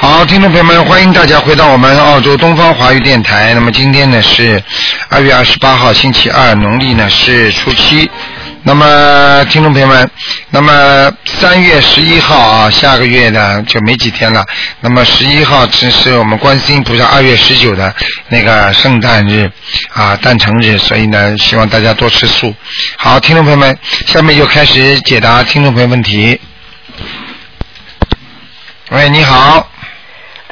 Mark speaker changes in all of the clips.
Speaker 1: 好，听众朋友们，欢迎大家回到我们澳洲东方华语电台。那么今天呢是二月二十八号，星期二，农历呢是初七。那么听众朋友们，那么三月十一号啊，下个月呢就没几天了。那么十一号只是我们观世音菩萨二月十九的那个圣诞日啊，诞辰日，所以呢，希望大家多吃素。好，听众朋友们，下面就开始解答听众朋友问题。喂，你好。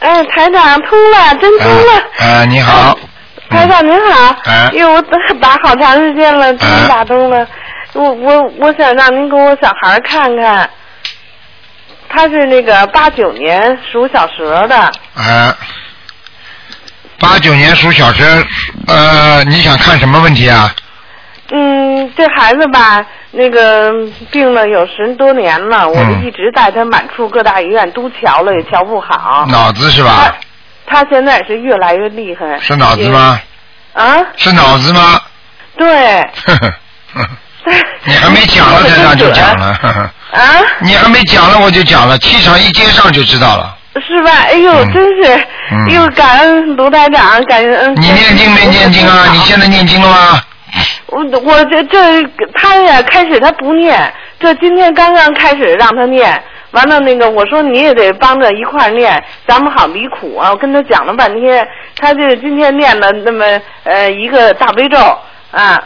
Speaker 2: 哎，台长通了，真通了。
Speaker 1: 啊、啊你好。
Speaker 2: 台长您好，
Speaker 1: 哎
Speaker 2: 因为我打好长时间了，终
Speaker 1: 啊
Speaker 2: 于打通了。我我我想让您给我小孩儿看看，他是那个八九年属小蛇的，
Speaker 1: 啊，八九年属小蛇，呃，你想看什么问题啊？
Speaker 2: 嗯，这孩子吧，那个病了有十多年了，我就
Speaker 1: 嗯
Speaker 2: 一直带他满处各大医院都瞧了，也瞧不好。
Speaker 1: 脑子是
Speaker 2: 他
Speaker 1: 吧？
Speaker 2: 他现在是越来越厉害。
Speaker 1: 是脑子吗？
Speaker 2: 啊，
Speaker 1: 是脑子吗？
Speaker 2: 对。
Speaker 1: 呵呵呵你还没讲了，
Speaker 2: 我
Speaker 1: 台
Speaker 2: 真
Speaker 1: 长就
Speaker 2: 准
Speaker 1: 讲了。呵呵
Speaker 2: 啊，
Speaker 1: 你还没讲了，我就讲了，气场一接上就知道了。
Speaker 2: 是吧？哎呦，
Speaker 1: 嗯
Speaker 2: 真是，
Speaker 1: 嗯
Speaker 2: 哎呦，感恩卢台长，感恩。
Speaker 1: 你念经没念经啊？你现在念经了吗？
Speaker 2: 我我这这他呀，开始他不念，这今天刚刚开始让他念，完了那个我说你也得帮着一块儿念，咱们好离苦啊。我跟他讲了半天，他就今天念了那么呃一个大悲咒啊。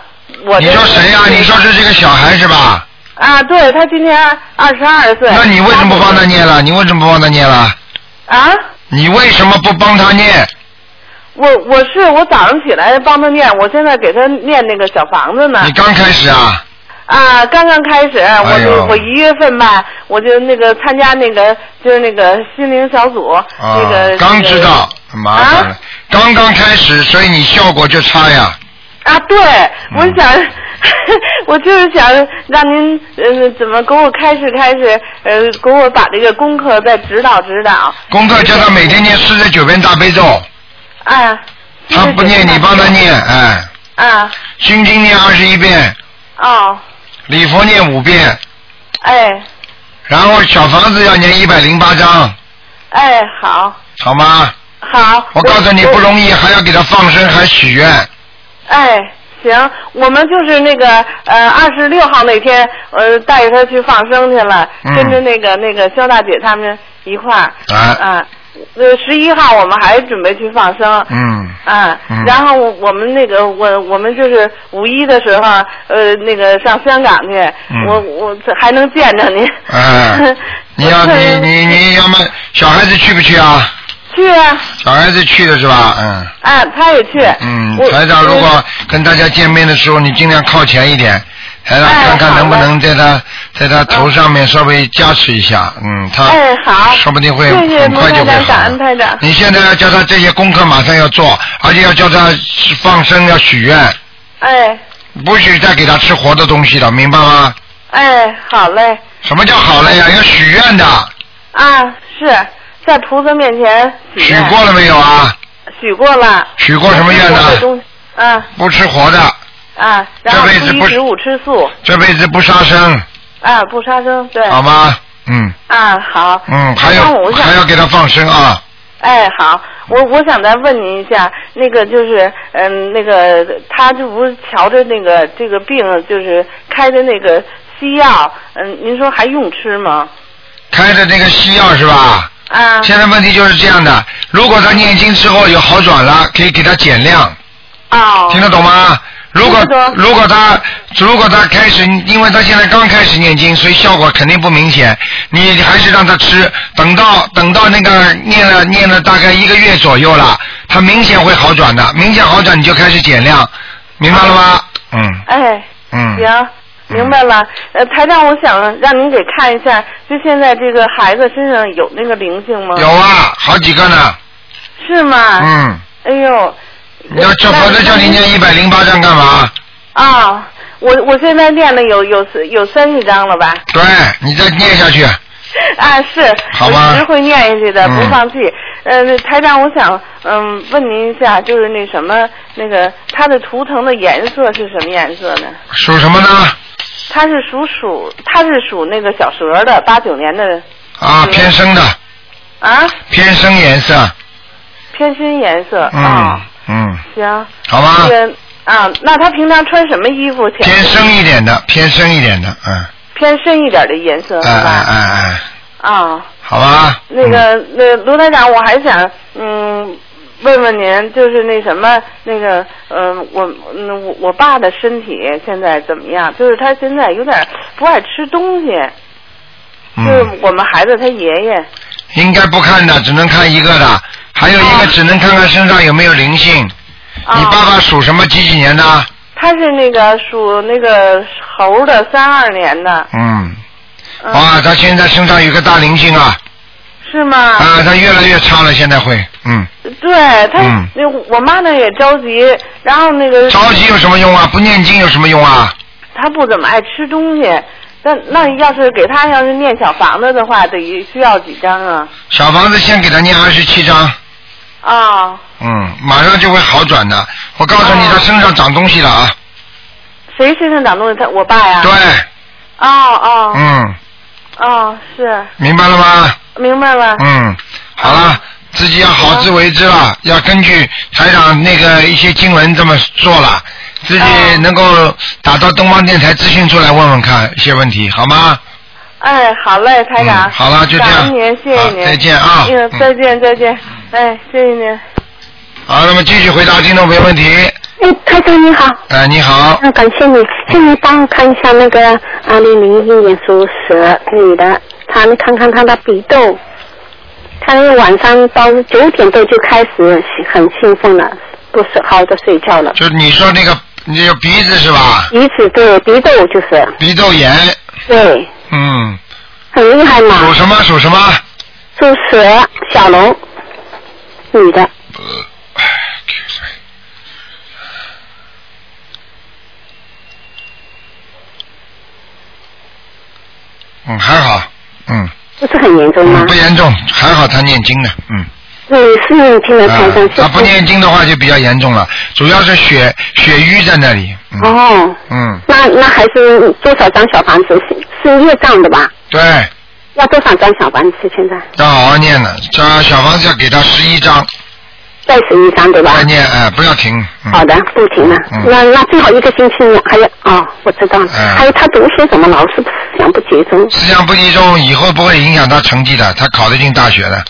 Speaker 2: 我
Speaker 1: 你说谁呀、你说是这个小孩是吧？
Speaker 2: 啊？对他今年二十二岁。
Speaker 1: 那你为什么不帮他念了？你为什么不帮他念了？
Speaker 2: 啊？
Speaker 1: 你为什么不帮他念？
Speaker 2: 我我是我早上起来帮他念，我现在给他念那个小房子呢。
Speaker 1: 你刚开始啊？哎
Speaker 2: 啊，刚刚开始，我就、
Speaker 1: 呦
Speaker 2: 我一月份吧，我就那个参加那个就是那个心灵小组，
Speaker 1: 啊
Speaker 2: 那个，
Speaker 1: 刚知道，麻烦了
Speaker 2: 啊，
Speaker 1: 刚刚开始，所以你效果就差呀。
Speaker 2: 啊，对，
Speaker 1: 嗯
Speaker 2: 我想， 我就是想让您嗯、呃怎么给我开始开始，呃，给我把这个功课再指导指导。
Speaker 1: 功课叫他每天念四十九遍大悲咒，
Speaker 2: 啊，
Speaker 1: 他不念你帮他。念，哎，
Speaker 2: 啊，
Speaker 1: 心经念二十一遍，
Speaker 2: 哦，
Speaker 1: 礼佛念五遍，
Speaker 2: 哎，
Speaker 1: 然后小房子要念一百零八章，
Speaker 2: 哎，好，
Speaker 1: 好吗？
Speaker 2: 好。
Speaker 1: 我告诉你
Speaker 2: 我
Speaker 1: 不容易，还要给他放生，还许愿。
Speaker 2: 哎，行，我们就是那个呃二十六号那天，呃带着他去放生去了，
Speaker 1: 嗯
Speaker 2: 跟着那个那个肖大姐他们一块儿。
Speaker 1: 啊
Speaker 2: 啊。呃，十一号我们还准备去放生。
Speaker 1: 嗯，
Speaker 2: 啊
Speaker 1: 嗯，
Speaker 2: 然后我我们那个我我们就是五一的时候，呃，那个上香港去，
Speaker 1: 嗯
Speaker 2: 我我这还能见着您。
Speaker 1: 哎你要
Speaker 2: 我特别
Speaker 1: 你你你要么小孩子去不去啊？
Speaker 2: 去啊，
Speaker 1: 小孩子去了是吧？嗯。
Speaker 2: 啊，他也去。
Speaker 1: 嗯，
Speaker 2: 我
Speaker 1: 台长，如果跟大家见面的时候，你尽量靠前一点，台长
Speaker 2: 哎
Speaker 1: 看看
Speaker 2: 好
Speaker 1: 能不
Speaker 2: 的
Speaker 1: 能在他在他头上面稍微加持一下，嗯，他
Speaker 2: 哎好
Speaker 1: 说不定会
Speaker 2: 谢谢
Speaker 1: 很快就会
Speaker 2: 卢台长
Speaker 1: 好
Speaker 2: 感恩台
Speaker 1: 了
Speaker 2: 长。
Speaker 1: 你现在要叫他这些功课马上要做，而且要叫他放生，要许愿，
Speaker 2: 哎
Speaker 1: 不许再给他吃活的东西了，明白吗？
Speaker 2: 哎，好嘞。
Speaker 1: 什么叫好了呀？
Speaker 2: 嗯
Speaker 1: 要许愿的，
Speaker 2: 啊，是在菩萨面前许
Speaker 1: 许
Speaker 2: 愿
Speaker 1: 过了没有啊？
Speaker 2: 许过了。
Speaker 1: 许过什么愿
Speaker 2: 许过的
Speaker 1: 呢？
Speaker 2: 东西？啊
Speaker 1: 不吃活的，
Speaker 2: 啊，然
Speaker 1: 这
Speaker 2: 后
Speaker 1: 辈子
Speaker 2: 初一
Speaker 1: 不
Speaker 2: 十五吃素，
Speaker 1: 这辈子不杀生，
Speaker 2: 啊，不杀生，对。
Speaker 1: 好吗？嗯
Speaker 2: 啊，好。
Speaker 1: 嗯，还
Speaker 2: 那
Speaker 1: 有
Speaker 2: 哎我想
Speaker 1: 还要给他放生啊。
Speaker 2: 哎，好，我我想再问您一下，那个就是，嗯，那个他这不是瞧着那个这个病，就是开的那个西药，嗯，您说还用吃吗？
Speaker 1: 开的那个西药是吧？
Speaker 2: 啊，
Speaker 1: 现在问题就是这样的，如果他念经之后有好转了，可以给他减量，
Speaker 2: 哦，
Speaker 1: 听得懂吗？如果
Speaker 2: 听得懂
Speaker 1: 如果他如果他开始，因为他现在刚开始念经，所以效果肯定不明显。你还是让他吃，等到等到那个念了念了大概一个月左右了，他明显会好转的，明显好转你就开始减量，明白了
Speaker 2: 啊
Speaker 1: 吗？嗯
Speaker 2: 哎，
Speaker 1: 嗯。
Speaker 2: 行，明白了。呃，台长，我想让您给看一下，就现在这个孩子身上有那个灵性吗？
Speaker 1: 有啊，好几个呢。
Speaker 2: 是吗？。
Speaker 1: 嗯。
Speaker 2: 哎呦。
Speaker 1: 你 要叫否则叫你念一百零八章干嘛？
Speaker 2: 啊、我我现在练了有有有三十章了吧？
Speaker 1: 对，你再念下去。
Speaker 2: 啊，是，
Speaker 1: 好
Speaker 2: 我
Speaker 1: 吧
Speaker 2: 一直会念下去的，
Speaker 1: 嗯
Speaker 2: 不放弃。呃，台长，我想嗯问您一下，就是那什么那个它的图腾的颜色是什么颜色呢？
Speaker 1: 属什么呢？
Speaker 2: 它是属鼠，它是属那个小蛇的，八九年的
Speaker 1: 啊，
Speaker 2: 嗯
Speaker 1: 偏生的，
Speaker 2: 啊，
Speaker 1: 偏深颜色，
Speaker 2: 偏深颜色
Speaker 1: 嗯、
Speaker 2: 啊、
Speaker 1: 嗯，
Speaker 2: 行，
Speaker 1: 好吗
Speaker 2: 那？个啊，那他平常穿什么衣服？
Speaker 1: 偏深一点的，偏深一点的，嗯，
Speaker 2: 偏深一点的颜色
Speaker 1: 哎
Speaker 2: 是
Speaker 1: 哎
Speaker 2: 吧？
Speaker 1: 哎哎，
Speaker 2: 啊，
Speaker 1: 好吧？嗯
Speaker 2: 那个那卢台长，我还想嗯问问您，就是那什么那个嗯、呃我嗯我我爸的身体现在怎么样？就是他现在有点不爱吃东西，
Speaker 1: 嗯，
Speaker 2: 就是
Speaker 1: 嗯，
Speaker 2: 我们孩子他爷爷
Speaker 1: 应该不看的，只能看一个的，还有一个
Speaker 2: 哦
Speaker 1: 只能看看身上有没有灵性。
Speaker 2: 啊，
Speaker 1: 你爸爸属什么几几年的？
Speaker 2: 他是那个属那个猴的三二年的，
Speaker 1: 嗯，
Speaker 2: 嗯、
Speaker 1: 哇，他现在身上有个大灵性啊，
Speaker 2: 是吗？
Speaker 1: 啊，他越来越差了，现在会，嗯，
Speaker 2: 对他
Speaker 1: 嗯，
Speaker 2: 那、我妈呢也着急，然后那个
Speaker 1: 着急有什么用啊？不念经有什么用啊？
Speaker 2: 他不怎么爱吃东西，那那要是给他要是念小房子的话，得需要几张啊？
Speaker 1: 小房子先给他念二十七章，
Speaker 2: 啊、
Speaker 1: 嗯，马上就会好转的。我告诉你，
Speaker 2: 哦
Speaker 1: 他身上长东西了啊，
Speaker 2: 谁身上长东西？他我爸呀？
Speaker 1: 对，
Speaker 2: 哦哦、
Speaker 1: 嗯，
Speaker 2: 哦，是
Speaker 1: 明白了吗？
Speaker 2: 明白了。
Speaker 1: 嗯，好了，自己要好自为之了，要根据台长那个一些经文这么做了，自己
Speaker 2: 哦
Speaker 1: 能够打到东方电台咨询处来问问看一些问题，好吗？
Speaker 2: 哎，好嘞，台长。
Speaker 1: 嗯好了就这样
Speaker 2: 感恩您，谢
Speaker 1: 好
Speaker 2: 谢您。
Speaker 1: 再见啊
Speaker 2: 嗯
Speaker 1: 嗯，
Speaker 2: 再见，再见。哎，谢谢您。
Speaker 1: 好，那么继续回答听众朋友问题。
Speaker 3: 哎，台长你好，
Speaker 1: 呃，你好，
Speaker 3: 嗯，感谢你，请你帮我看一下那个二零零一年属蛇女的，她你看看她的鼻窦，她那个晚上到九点多就开始很兴奋了，不是好的睡觉了，
Speaker 1: 就你说那个那个鼻子是吧？
Speaker 3: 鼻子对鼻窦就是
Speaker 1: 鼻窦炎，
Speaker 3: 对，
Speaker 1: 嗯，
Speaker 3: 很厉害嘛
Speaker 1: 属，什么属什么？
Speaker 3: 属蛇小龙，女的，
Speaker 1: 呃，哎，excuse me 嗯，还好，嗯，
Speaker 3: 不是很严重吗
Speaker 1: 嗯，不？严重，还好他念经呢，嗯，
Speaker 3: 嗯，是听了台长
Speaker 1: 啊，
Speaker 3: 是
Speaker 1: 他不念经的话就比较严重了，主要是血血瘀在那里，嗯，
Speaker 3: 哦，
Speaker 1: 嗯，
Speaker 3: 那那还是多少张小房子是是业障的吧？
Speaker 1: 对，
Speaker 3: 要多少张小房子？现在
Speaker 1: 要好好念了，这小房子要给他十一张，
Speaker 3: 再十一张对吧？
Speaker 1: 再念，哎、不要停，嗯，
Speaker 3: 好的，不停了。
Speaker 1: 嗯
Speaker 3: 那那最好一个星期还有哦，我知道了。
Speaker 1: 嗯
Speaker 3: 还有他读书怎么老是想不集中？
Speaker 1: 思想不集中以后不会影响他成绩的，他考得进大学的，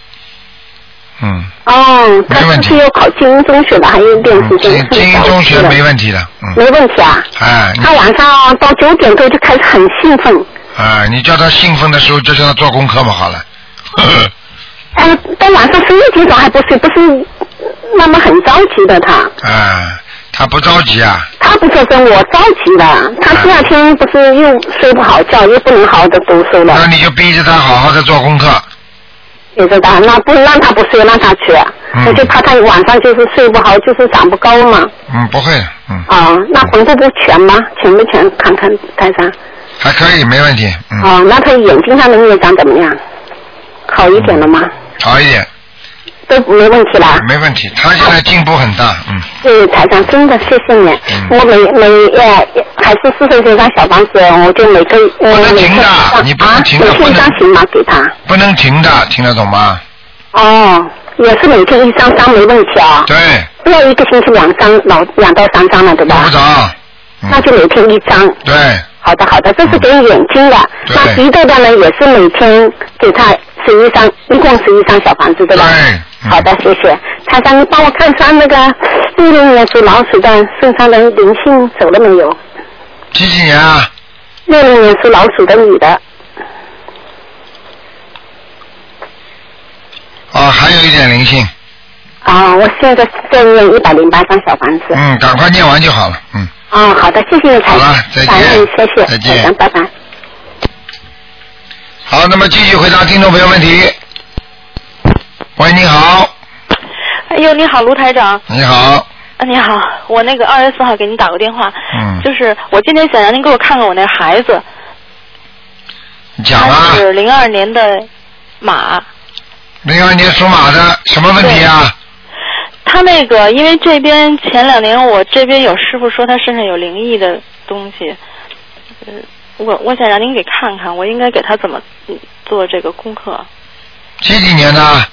Speaker 1: 嗯。
Speaker 3: 哦，他
Speaker 1: 没问题
Speaker 3: 是不是要考精英中学的？还有一段时间
Speaker 1: 嗯精英中学没问题的，嗯，
Speaker 3: 没问题啊。
Speaker 1: 哎，你
Speaker 3: 他晚上哦到九点多就开始很兴奋，
Speaker 1: 哎，你叫他兴奋的时候就叫他做功课嘛，好了。
Speaker 3: 哎，到晚上十一点钟还不睡，不是那么很着急的他。
Speaker 1: 哎，他不着急啊，
Speaker 3: 他不做声，我着急了。他第二天不是又睡不好觉，又不能好好的读书了。
Speaker 1: 那你就逼着他好好的做功课。
Speaker 3: 你知道，那不让他不睡，让他去，
Speaker 1: 嗯
Speaker 3: 我就怕他晚上就是睡不好，就是长不高嘛。
Speaker 1: 嗯，不会的，嗯，
Speaker 3: 啊，那魂魄不全吗？全不全？看看台上。
Speaker 1: 还可以，没问题，嗯，
Speaker 3: 哦，那他眼睛上的孽障怎么样？好一点了吗？
Speaker 1: 好一点，
Speaker 3: 都没问题啦。
Speaker 1: 没问题。他现在进步很大，嗯，
Speaker 3: 对，台上真的谢谢你。
Speaker 1: 嗯
Speaker 3: 我每每呃还是四十多张小房子，我就每个呃
Speaker 1: 不能
Speaker 3: 每
Speaker 1: 停
Speaker 3: 个
Speaker 1: 的
Speaker 3: 啊
Speaker 1: 你不能停的
Speaker 3: 每
Speaker 1: 不
Speaker 3: 天一
Speaker 1: 能
Speaker 3: 张行吗？给他。
Speaker 1: 不能停的，听得懂吗？
Speaker 3: 哦，也是每天一张张没问题啊。
Speaker 1: 对，
Speaker 3: 不要一个星期两张，老两到三张了，对吧？
Speaker 1: 用不着，
Speaker 3: 那
Speaker 1: 嗯，
Speaker 3: 就每天一张。
Speaker 1: 对，嗯
Speaker 3: 好的，好的，这是给眼睛的。
Speaker 1: 对
Speaker 3: 那鼻窦的呢，也是每天给他十一张，一共十一张小房子，对吧？
Speaker 1: 对嗯
Speaker 3: 好的，谢谢。台长，你帮我看看那个六六年属老鼠的身上的灵性走了没有？
Speaker 1: 几几年啊？
Speaker 3: 六六年属老鼠的女的，
Speaker 1: 啊，还有一点灵性，
Speaker 3: 啊，我现在在念一百零八张小房子。
Speaker 1: 嗯，赶快念完就好了，嗯。
Speaker 3: 啊，好的，谢谢你，台
Speaker 1: 好
Speaker 3: 长
Speaker 1: 了再见，
Speaker 3: 感恩你谢谢，
Speaker 1: 再见
Speaker 3: 台长拜拜。
Speaker 1: 好，那么继续回答听众朋友问题。喂，你好，
Speaker 4: 哎呦，你好，卢台长，
Speaker 1: 你好，
Speaker 4: 啊，你好，我那个二月四号给您打过电话，
Speaker 1: 嗯
Speaker 4: 就是我今天想让您给我看看我那孩子，
Speaker 1: 你讲
Speaker 4: 他
Speaker 1: 啊，
Speaker 4: 是零二年的马，
Speaker 1: 零二年属马的什么问题啊？
Speaker 4: 他那个因为这边前两年我这边有师傅说他身上有灵异的东西，呃，我我想让您给看看，我应该给他怎么嗯做这个功课？
Speaker 1: 几几年的？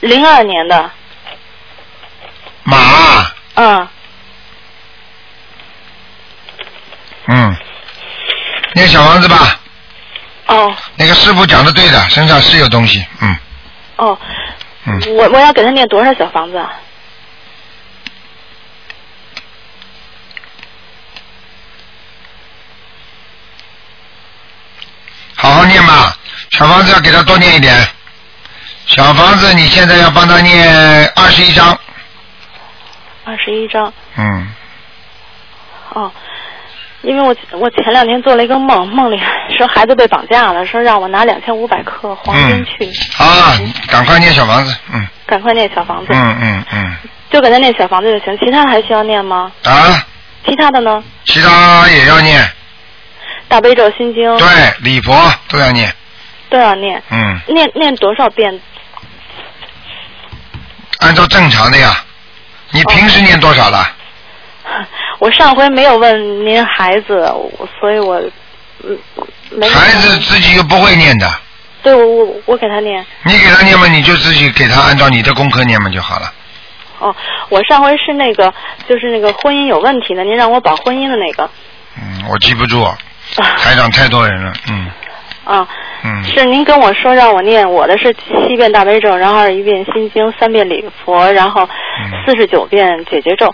Speaker 4: 零二年的，
Speaker 1: 马，
Speaker 4: 嗯，
Speaker 1: 嗯，念小房子吧。
Speaker 4: 哦
Speaker 1: 那个师傅讲的对的，身上是有东西，嗯
Speaker 4: 哦，
Speaker 1: 嗯，
Speaker 4: 我我要给他念多少小房子啊？
Speaker 1: 好好念吧。小房子要给他多念一点。小房子，你现在要帮他念二十一章，
Speaker 4: 二十一张，
Speaker 1: 嗯，
Speaker 4: 哦，因为我我前两天做了一个梦，梦里 说孩子被绑架了，说让我拿两千五百克黄金去，
Speaker 1: 啊，赶快念小房子，嗯
Speaker 4: 赶快念小房子，
Speaker 1: 嗯嗯嗯，
Speaker 4: 就给他念小房子就行，其他还需要念吗？
Speaker 1: 啊，
Speaker 4: 其他的呢？
Speaker 1: 其他也要念，
Speaker 4: 大悲咒心经
Speaker 1: 对，礼佛都要念，
Speaker 4: 都要念，
Speaker 1: 嗯，
Speaker 4: 念念多少遍？
Speaker 1: 按照正常的呀。你平时念多少了？
Speaker 4: 我上回没有问您孩子，我所以我嗯没有
Speaker 1: 孩子自己又不会念的，
Speaker 4: 对我我我给他念
Speaker 1: 你给他念嘛，你就自己给他按照你的功课念嘛就好了。
Speaker 4: 哦，我上回是那个就是那个婚姻有问题的，您让我保婚姻的那个
Speaker 1: 嗯，我记不住，台长太多人了，嗯
Speaker 4: 啊。
Speaker 1: 嗯，
Speaker 4: 是您跟我说让我念，我的是七遍大悲咒，然后二十一遍心经，三遍礼佛，然后
Speaker 1: 嗯
Speaker 4: 四十九遍解结咒。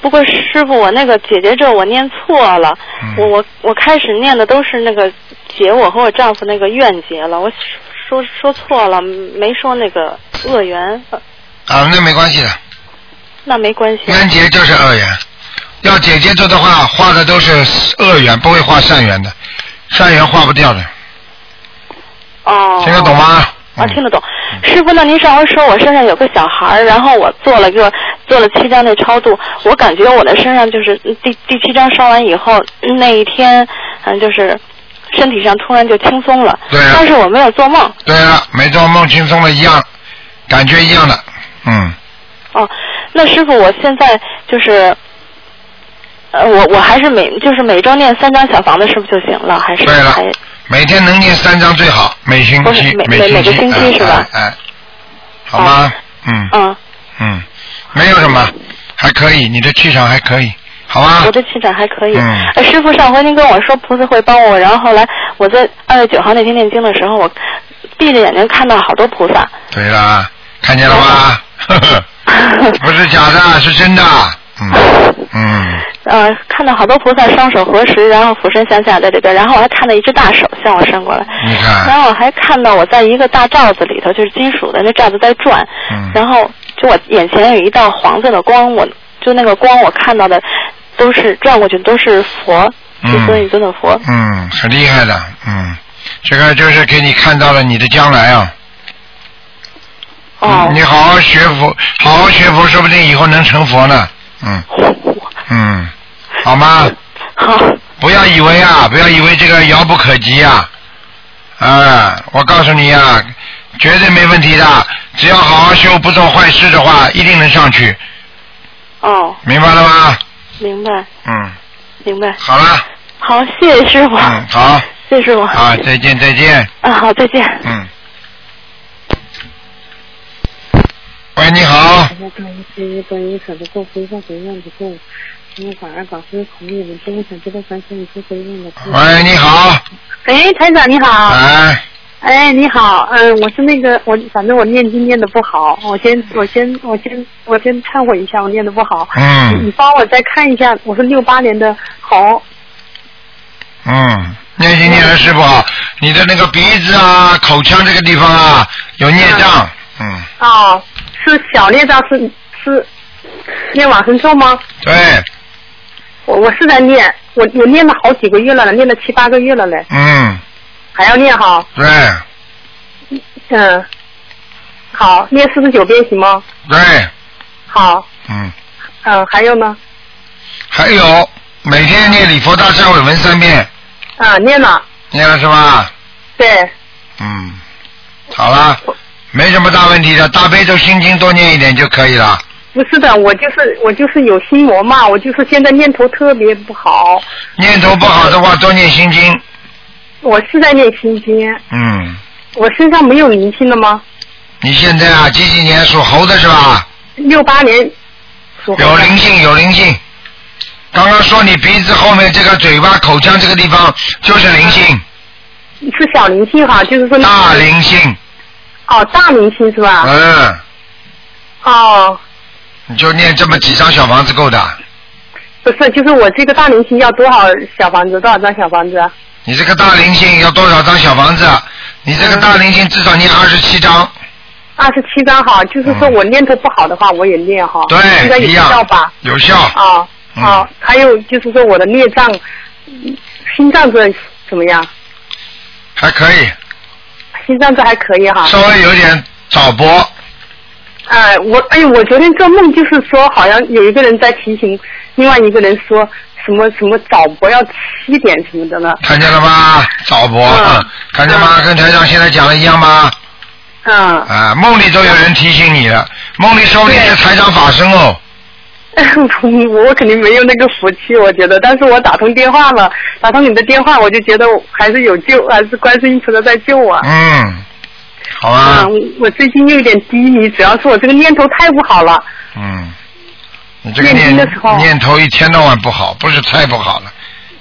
Speaker 4: 不过师傅，我那个解结咒我念错了，
Speaker 1: 嗯
Speaker 4: 我我我开始念的都是那个解我和我丈夫那个怨结了，我说说错了，没说那个恶缘，呃
Speaker 1: 啊，那没关系的，
Speaker 4: 那没关系。
Speaker 1: 冤结就是恶缘，要姐姐做的话，画的都是恶缘，不会画善缘的，善缘画不掉的，
Speaker 4: 哦，
Speaker 1: 听得懂？吗？
Speaker 4: 啊，
Speaker 1: 嗯
Speaker 4: 听得懂。师傅，那您上回说我身上有个小孩儿，然后我做了个做了七张那超度，我感觉我的身上就是嗯第第七张烧完以后那一天，嗯，就是身体上突然就轻松了。
Speaker 1: 对啊
Speaker 4: 但是我没有做梦。
Speaker 1: 对了，没做梦轻松了一样，感觉一样的，嗯，
Speaker 4: 哦，那师傅，我现在就是。呃，我我还是每就是每周念三张小房子，是不是就行了？还是
Speaker 1: 对了
Speaker 4: 还
Speaker 1: 每天能念三章最好，每星
Speaker 4: 不是
Speaker 1: 期
Speaker 4: 哦每每每
Speaker 1: 星
Speaker 4: 个
Speaker 1: 期，
Speaker 4: 星期
Speaker 1: 哎
Speaker 4: 是吧
Speaker 1: 哎，哎好吗？嗯
Speaker 4: 嗯，
Speaker 1: 嗯，没有什么，还可以，你的气场还可以，好吗
Speaker 4: 我？的气场还可以。
Speaker 1: 嗯
Speaker 4: 呃师傅，上回您跟我说菩萨会帮我，然后后来我在二月九号那天念经的时候，我闭着眼睛看到好多菩萨。
Speaker 1: 对啦，看见了吧？呵
Speaker 4: 哦
Speaker 1: 呵。 不是假的，是真的。嗯嗯，
Speaker 4: 呃，看到好多菩萨双手合十，然后俯身向下在这边，然后我还看到一只大手向我伸过来，
Speaker 1: 你
Speaker 4: 然
Speaker 1: 看，
Speaker 4: 后我还看到我在一个大罩子里头，就是金属的那罩子在转，
Speaker 1: 嗯
Speaker 4: 然后就我眼前有一道黄色的光，我就那个光我看到的都是转过去都是佛，一尊一
Speaker 1: 嗯
Speaker 4: 尊的佛，
Speaker 1: 嗯，很厉害的，嗯，这个就是给你看到了你的将来啊。
Speaker 4: 哦
Speaker 1: 嗯，你好好学佛，好好学佛，说不定以后能成佛呢。 嗯嗯，好吗？
Speaker 4: 好，
Speaker 1: 不要以为啊，不要以为这个遥不可及啊！啊，我告诉你啊，绝对没问题的，只要好好修，不做坏事的话，一定能上去，
Speaker 4: 哦，
Speaker 1: 明白了吗？
Speaker 4: 明白
Speaker 1: 嗯，
Speaker 4: 明白。
Speaker 1: 好了，
Speaker 4: 好，谢谢师傅，
Speaker 1: 嗯，好，
Speaker 4: 谢谢师傅。
Speaker 1: 啊，再见，再见，
Speaker 4: 啊，好，再见。
Speaker 1: 嗯。喂，你好，
Speaker 5: 我在观音菩萨，观音可不够，菩萨回愿不够，因为反而把这个孔你们都想知道凡心，你不回愿的。
Speaker 1: 喂，你好，
Speaker 5: 哎，台长你好，
Speaker 1: 哎，
Speaker 5: 哎你好，嗯，我是那个我，反正我念经念的不好，我先我先我先我先忏悔一下，我念的不好。你你
Speaker 1: 嗯
Speaker 5: 帮我再看一下，我是六八年的猴，
Speaker 1: 嗯，念经念的是不好，啊你的那个鼻子啊、口腔这个地方啊有孽障，嗯，
Speaker 5: 哦，是小孽障，是是念往生咒吗？
Speaker 1: 对，
Speaker 5: 我我是在念，我我念了好几个月了，念了七八个月了嘞，
Speaker 1: 嗯，
Speaker 5: 还要念哈。
Speaker 1: 对，
Speaker 5: 嗯，好，念四十九遍行吗？
Speaker 1: 对，
Speaker 5: 好，
Speaker 1: 嗯，
Speaker 5: 嗯，还有呢？
Speaker 1: 还有每天念礼佛大忏悔文三遍，
Speaker 5: 啊，念了，
Speaker 1: 念了是吧？
Speaker 5: 对，
Speaker 1: 嗯，好了，没什么大问题的，大悲咒心经多念一点就可以了。
Speaker 5: 不是的，我就是我就是有心魔嘛，我就是现在念头特别不好，
Speaker 1: 念头不好的话，多念心经。
Speaker 5: 我是在念心经，
Speaker 1: 嗯，
Speaker 5: 我身上没有灵性了吗？
Speaker 1: 你现在啊，几几年属猴的是吧？
Speaker 5: 六八年属猴
Speaker 1: 有
Speaker 5: 的
Speaker 1: 灵性，有灵性。刚刚说你鼻子后面这个嘴巴、口腔这个地方就是灵性，
Speaker 5: 是小灵性哈，就是说那
Speaker 1: 大灵性，
Speaker 5: 哦大灵性是吧？
Speaker 1: 嗯，
Speaker 5: 哦，
Speaker 1: 你就念这么几张小房子够的。
Speaker 5: 不是，就是我这个大灵性要多少小房子，多少张小房子啊？
Speaker 1: 你这个大灵性要多少张小房子？你这个大灵性至少念二十七张，
Speaker 5: 二十七张哈，就是说我念头不好的话，我也念哈，嗯应该
Speaker 1: 嗯对，
Speaker 5: 有
Speaker 1: 一
Speaker 5: 效
Speaker 1: 样
Speaker 5: 吧？，
Speaker 1: 有效。
Speaker 5: 啊，
Speaker 1: 嗯
Speaker 5: 好、还有就是说我的孽障，嗯心脏这怎么样？
Speaker 1: 还可以，
Speaker 5: 心脏这还可以哈。
Speaker 1: 稍微有点早搏，
Speaker 5: 哎、我哎，我昨天做梦就是说，好像有一个人在提醒另外一个人说什么什么早搏要七点什么的呢？
Speaker 1: 看见了吗？早搏，
Speaker 5: 嗯
Speaker 1: 嗯看见吗？跟台长现在讲的一样吗？
Speaker 5: 嗯，
Speaker 1: 啊，梦里都有人提醒你了，梦里说不定是台长法身哦。
Speaker 5: 我肯定没有那个福气，我觉得。但是我打通电话了，打通你的电话，我就觉得还是有救，还是观世音菩萨在救我。
Speaker 1: 嗯，好啊吧
Speaker 5: 嗯，，我我最近又有点低迷，主要是我这个念头太不好了。
Speaker 1: 嗯，你这个
Speaker 5: 念经
Speaker 1: 念
Speaker 5: 的时候
Speaker 1: 念头一天到晚不好，不是太不好了，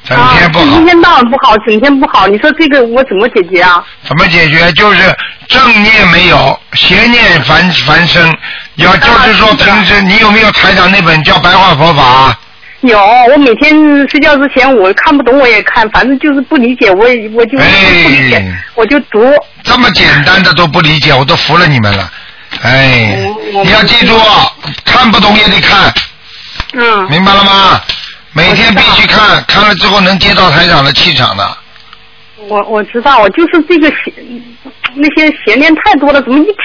Speaker 1: 整天不
Speaker 5: 啊、
Speaker 1: 好
Speaker 5: 一，天到晚不好，整天不好，你说这个我怎么解决啊？
Speaker 1: 怎么解决？就是正念没有，邪念繁繁生。要就是说，
Speaker 5: 啊是的
Speaker 1: 平时你有没有台长那本叫《白话佛法》啊？
Speaker 5: 有，我每天睡觉之前我看不懂我也看，反正就是不理解，我也我就
Speaker 1: 哎
Speaker 5: 不理解，我就读。
Speaker 1: 这么简单的都不理解，我都服了你们了。哎
Speaker 5: 我，我
Speaker 1: 你要记住，哦看不懂也得看，
Speaker 5: 嗯，
Speaker 1: 明白了吗？每天必
Speaker 5: 我
Speaker 1: 须
Speaker 5: 知
Speaker 1: 看，看了之后能接到台长的气场的。
Speaker 5: 我我知道，我就是这个邪那些邪念太多了，怎么一听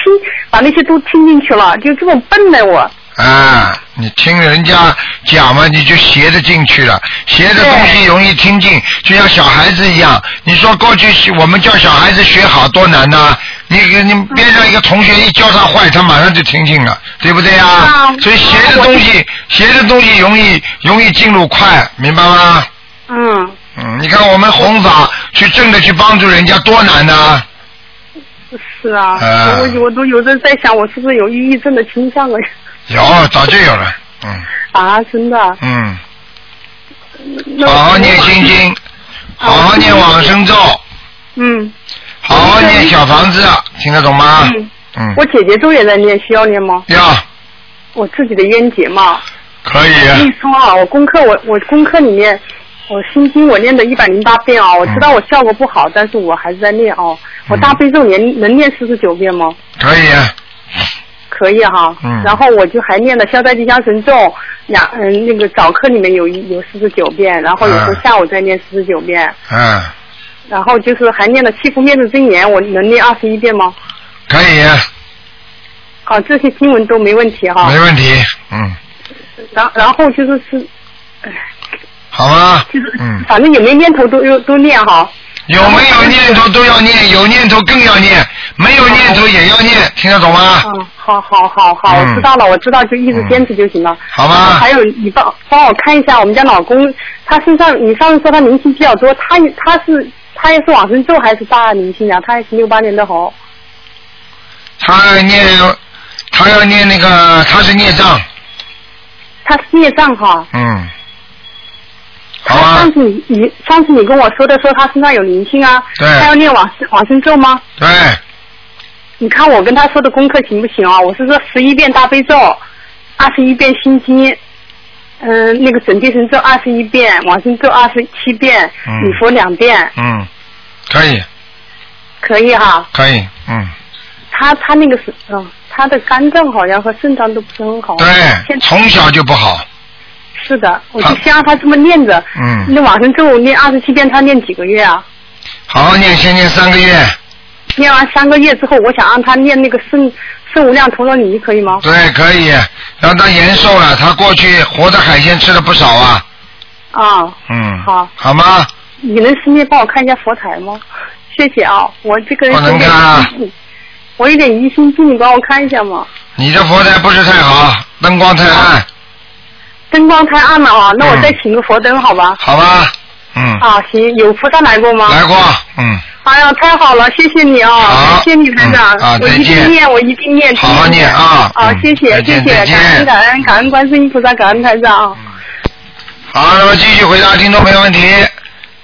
Speaker 5: 把那些都听进去了，就这么笨呢我。
Speaker 1: 啊，你听人家讲嘛，你就斜着进去了，斜的东西容易听进，就像小孩子一样。你说过去我们叫小孩子学好多难呐、你你边上一个同学一教他坏，他马上就听进了，对不对啊？
Speaker 5: 啊
Speaker 1: 所以斜的东西，斜的东西容易容易进入快，明白吗？
Speaker 5: 嗯，
Speaker 1: 嗯，你看我们弘法去正的去帮助人家多难啊呐、
Speaker 5: 是啊，
Speaker 1: 啊
Speaker 5: 我我都有时候在想，我是不是有抑郁症的倾向了？
Speaker 1: 有早就有了，嗯
Speaker 5: 啊，真的。
Speaker 1: 嗯，
Speaker 5: 那
Speaker 1: 好好
Speaker 5: 我
Speaker 1: 念心经，好好念往生咒。
Speaker 5: 嗯。
Speaker 1: 好好哦念小房子，听得懂吗？
Speaker 5: 嗯
Speaker 1: 嗯，
Speaker 5: 我姐姐咒也在念，需要念吗？
Speaker 1: 要
Speaker 5: 我自己的冤结嘛。
Speaker 1: 可以，
Speaker 5: 跟你说啊，我功课我我功课里面，我心经我念的一百零八
Speaker 1: 嗯
Speaker 5: 遍啊，我知道我效果不好，但是我还是在念哦。我大悲咒能能念四十九遍吗？
Speaker 1: 可以，啊
Speaker 5: 可以哈。
Speaker 1: 嗯
Speaker 5: 然后我就还念了消灾吉祥神咒，两嗯那个早课里面有一有四十九遍，然后有时候
Speaker 1: 嗯
Speaker 5: 下午再念四十九遍，
Speaker 1: 嗯，
Speaker 5: 然后就是还念了七福灭罪真言，我能念二十一遍吗？
Speaker 1: 可以，
Speaker 5: 啊，这些经文都没问题哈。
Speaker 1: 没问题，嗯，
Speaker 5: 然然后就是是，
Speaker 1: 好吗
Speaker 5: 就是？
Speaker 1: 嗯，
Speaker 5: 反正也没念头都都都念哈。
Speaker 1: 有没有念头都要念，有念头更要念，没有念头也要念，听得懂吗？
Speaker 5: 嗯，好好好好，
Speaker 1: 嗯
Speaker 5: 我知道了，我知道，就一直坚持就行了。
Speaker 1: 好吧
Speaker 5: 然后还有，你帮帮我看一下我们家老公，他身上，你上次说他灵性比较多，他也他是他也是往生咒还是大灵性啊？他也是六八年的猴，
Speaker 1: 他念，他要念那个，他是孽障，
Speaker 5: 他是孽障哈。
Speaker 1: 嗯，好啊
Speaker 5: 他
Speaker 1: 吧
Speaker 5: 上，次你你上次你跟我说的说他身上有灵性啊，
Speaker 1: 对
Speaker 5: 他要念往生往生咒吗？
Speaker 1: 对，
Speaker 5: 你看我跟他说的功课行不行啊？我是说十一遍大悲咒，二十一遍心经，嗯、那个准提神咒二十一遍，往生咒二十七遍，
Speaker 1: 嗯
Speaker 5: 礼佛两遍，
Speaker 1: 嗯，可以，
Speaker 5: 可以哈。
Speaker 1: 可以，嗯，
Speaker 5: 他他那个是，嗯、他的肝脏好像和肾脏都不是很好。
Speaker 1: 对，
Speaker 5: 现
Speaker 1: 从小就不好，
Speaker 5: 是的，我就
Speaker 1: 他
Speaker 5: 先让他这么念着。
Speaker 1: 嗯
Speaker 5: 那往生咒念二十七遍，他念几个月啊？
Speaker 1: 好好念，先念三个月，
Speaker 5: 念完三个月之后，我想让他念那个圣圣无量陀罗尼，可以吗？
Speaker 1: 对，可以，让他延寿了。他过去活的海鲜吃了不少啊。
Speaker 5: 啊、
Speaker 1: 嗯。
Speaker 5: 好
Speaker 1: 好吗？
Speaker 5: 你能顺便帮我看一下佛台吗？谢谢啊，我这个人
Speaker 1: 不能
Speaker 5: 有点
Speaker 1: 看啊
Speaker 5: 疑心病我有点疑心病，你帮我看一下嘛。
Speaker 1: 你的佛台不是太好，灯光太暗，
Speaker 5: 灯光太暗了啊，那我再
Speaker 1: 嗯
Speaker 5: 请个佛灯好吧？
Speaker 1: 好吧？嗯，
Speaker 5: 啊，行，有菩萨来过吗？
Speaker 1: 来过，嗯，
Speaker 5: 哎呀，太好了，谢谢你啊，
Speaker 1: 好
Speaker 5: 谢谢你台长，
Speaker 1: 嗯啊
Speaker 5: 我一
Speaker 1: 再见
Speaker 5: 定念，我一定念，
Speaker 1: 好好念啊
Speaker 5: 啊
Speaker 1: 嗯，
Speaker 5: 谢谢
Speaker 1: 再
Speaker 5: 谢
Speaker 1: 见再
Speaker 5: 谢，
Speaker 1: 见
Speaker 5: 感恩感恩感恩观世音菩萨，感恩台长。
Speaker 1: 好，那么继续回答听众朋友问题。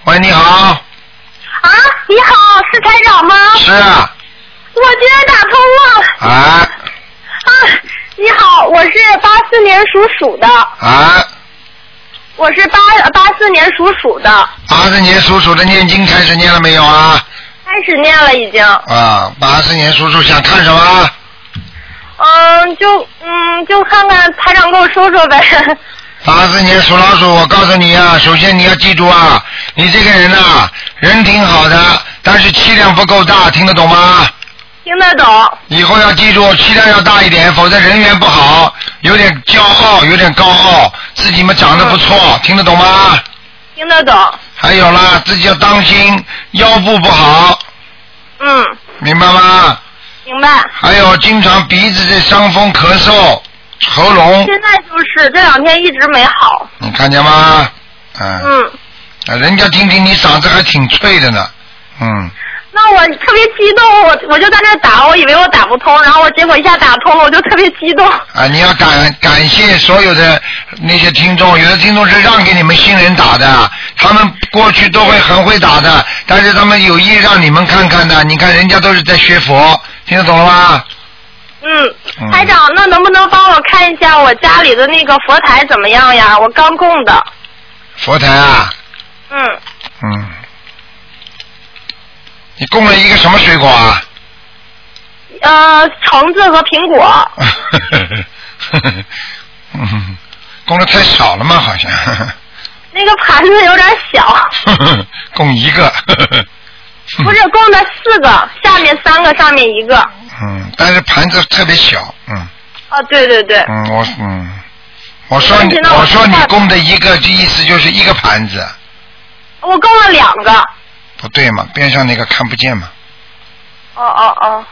Speaker 1: 喂，你好，
Speaker 6: 啊，你好，是台长吗？
Speaker 1: 是啊，
Speaker 6: 我居然打通了
Speaker 1: 啊
Speaker 6: 啊！你好，我是八四年属鼠的，
Speaker 1: 啊，
Speaker 6: 我是八八四年属鼠的，
Speaker 1: 八四年属鼠的念经开始念了没有啊？
Speaker 6: 开始念了已经。
Speaker 1: 啊，八四年属鼠想看什么？
Speaker 6: 嗯，就嗯，就看看台长跟我说说呗。
Speaker 1: 八四年属老鼠，我告诉你啊，首先你要记住啊，你这个人呐、人挺好的，但是气量不够大，听得懂吗？
Speaker 6: 听得懂？
Speaker 1: 以后要记住，气量要大一点，否则人缘不好，有点骄傲，有点高傲，自己嘛长得不错，听得懂吗？
Speaker 6: 听得懂？
Speaker 1: 还有啦，自己要当心腰部不好，
Speaker 6: 嗯，
Speaker 1: 明白吗？
Speaker 6: 明白。
Speaker 1: 还有经常鼻子这伤风咳嗽、喉咙，
Speaker 6: 现在就是这两天一直没好。
Speaker 1: 你看见吗？嗯，
Speaker 6: 嗯，
Speaker 1: 人家听听你嗓子还挺脆的呢，嗯，
Speaker 6: 那我特别激动，我我就在那打，我以为我打不通，然后我结果一下打通了，我就特别激动。
Speaker 1: 啊，你要感感谢所有的那些听众，有的听众是让给你们新人打的，他们过去都会很会打的，但是他们有意让你们看看的，你看人家都是在学佛，听得懂了吗？嗯
Speaker 6: 嗯，台长，那能不能帮我看一下我家里的那个佛台怎么样呀？我刚供的。
Speaker 1: 佛台啊，
Speaker 6: 嗯，
Speaker 1: 嗯，你供了一个什么水果啊？
Speaker 6: 呃，橙子和苹果。
Speaker 1: 嗯，供的太少了嘛，好像
Speaker 6: 那个盘子有点小，
Speaker 1: 供一个。
Speaker 6: 不是供的四个，下面三个，上面一个。
Speaker 1: 嗯，但是盘子特别小，嗯
Speaker 6: 啊，对对 对，
Speaker 1: 嗯，我嗯，我说你
Speaker 6: 没关系那
Speaker 1: 我
Speaker 6: 我
Speaker 1: 说
Speaker 6: 明
Speaker 1: 你
Speaker 6: 白了
Speaker 1: 供的一个，这意思就是一个盘子，
Speaker 6: 我供了两个。
Speaker 1: 不对嘛，边上那个看不见嘛，
Speaker 6: 哦哦哦，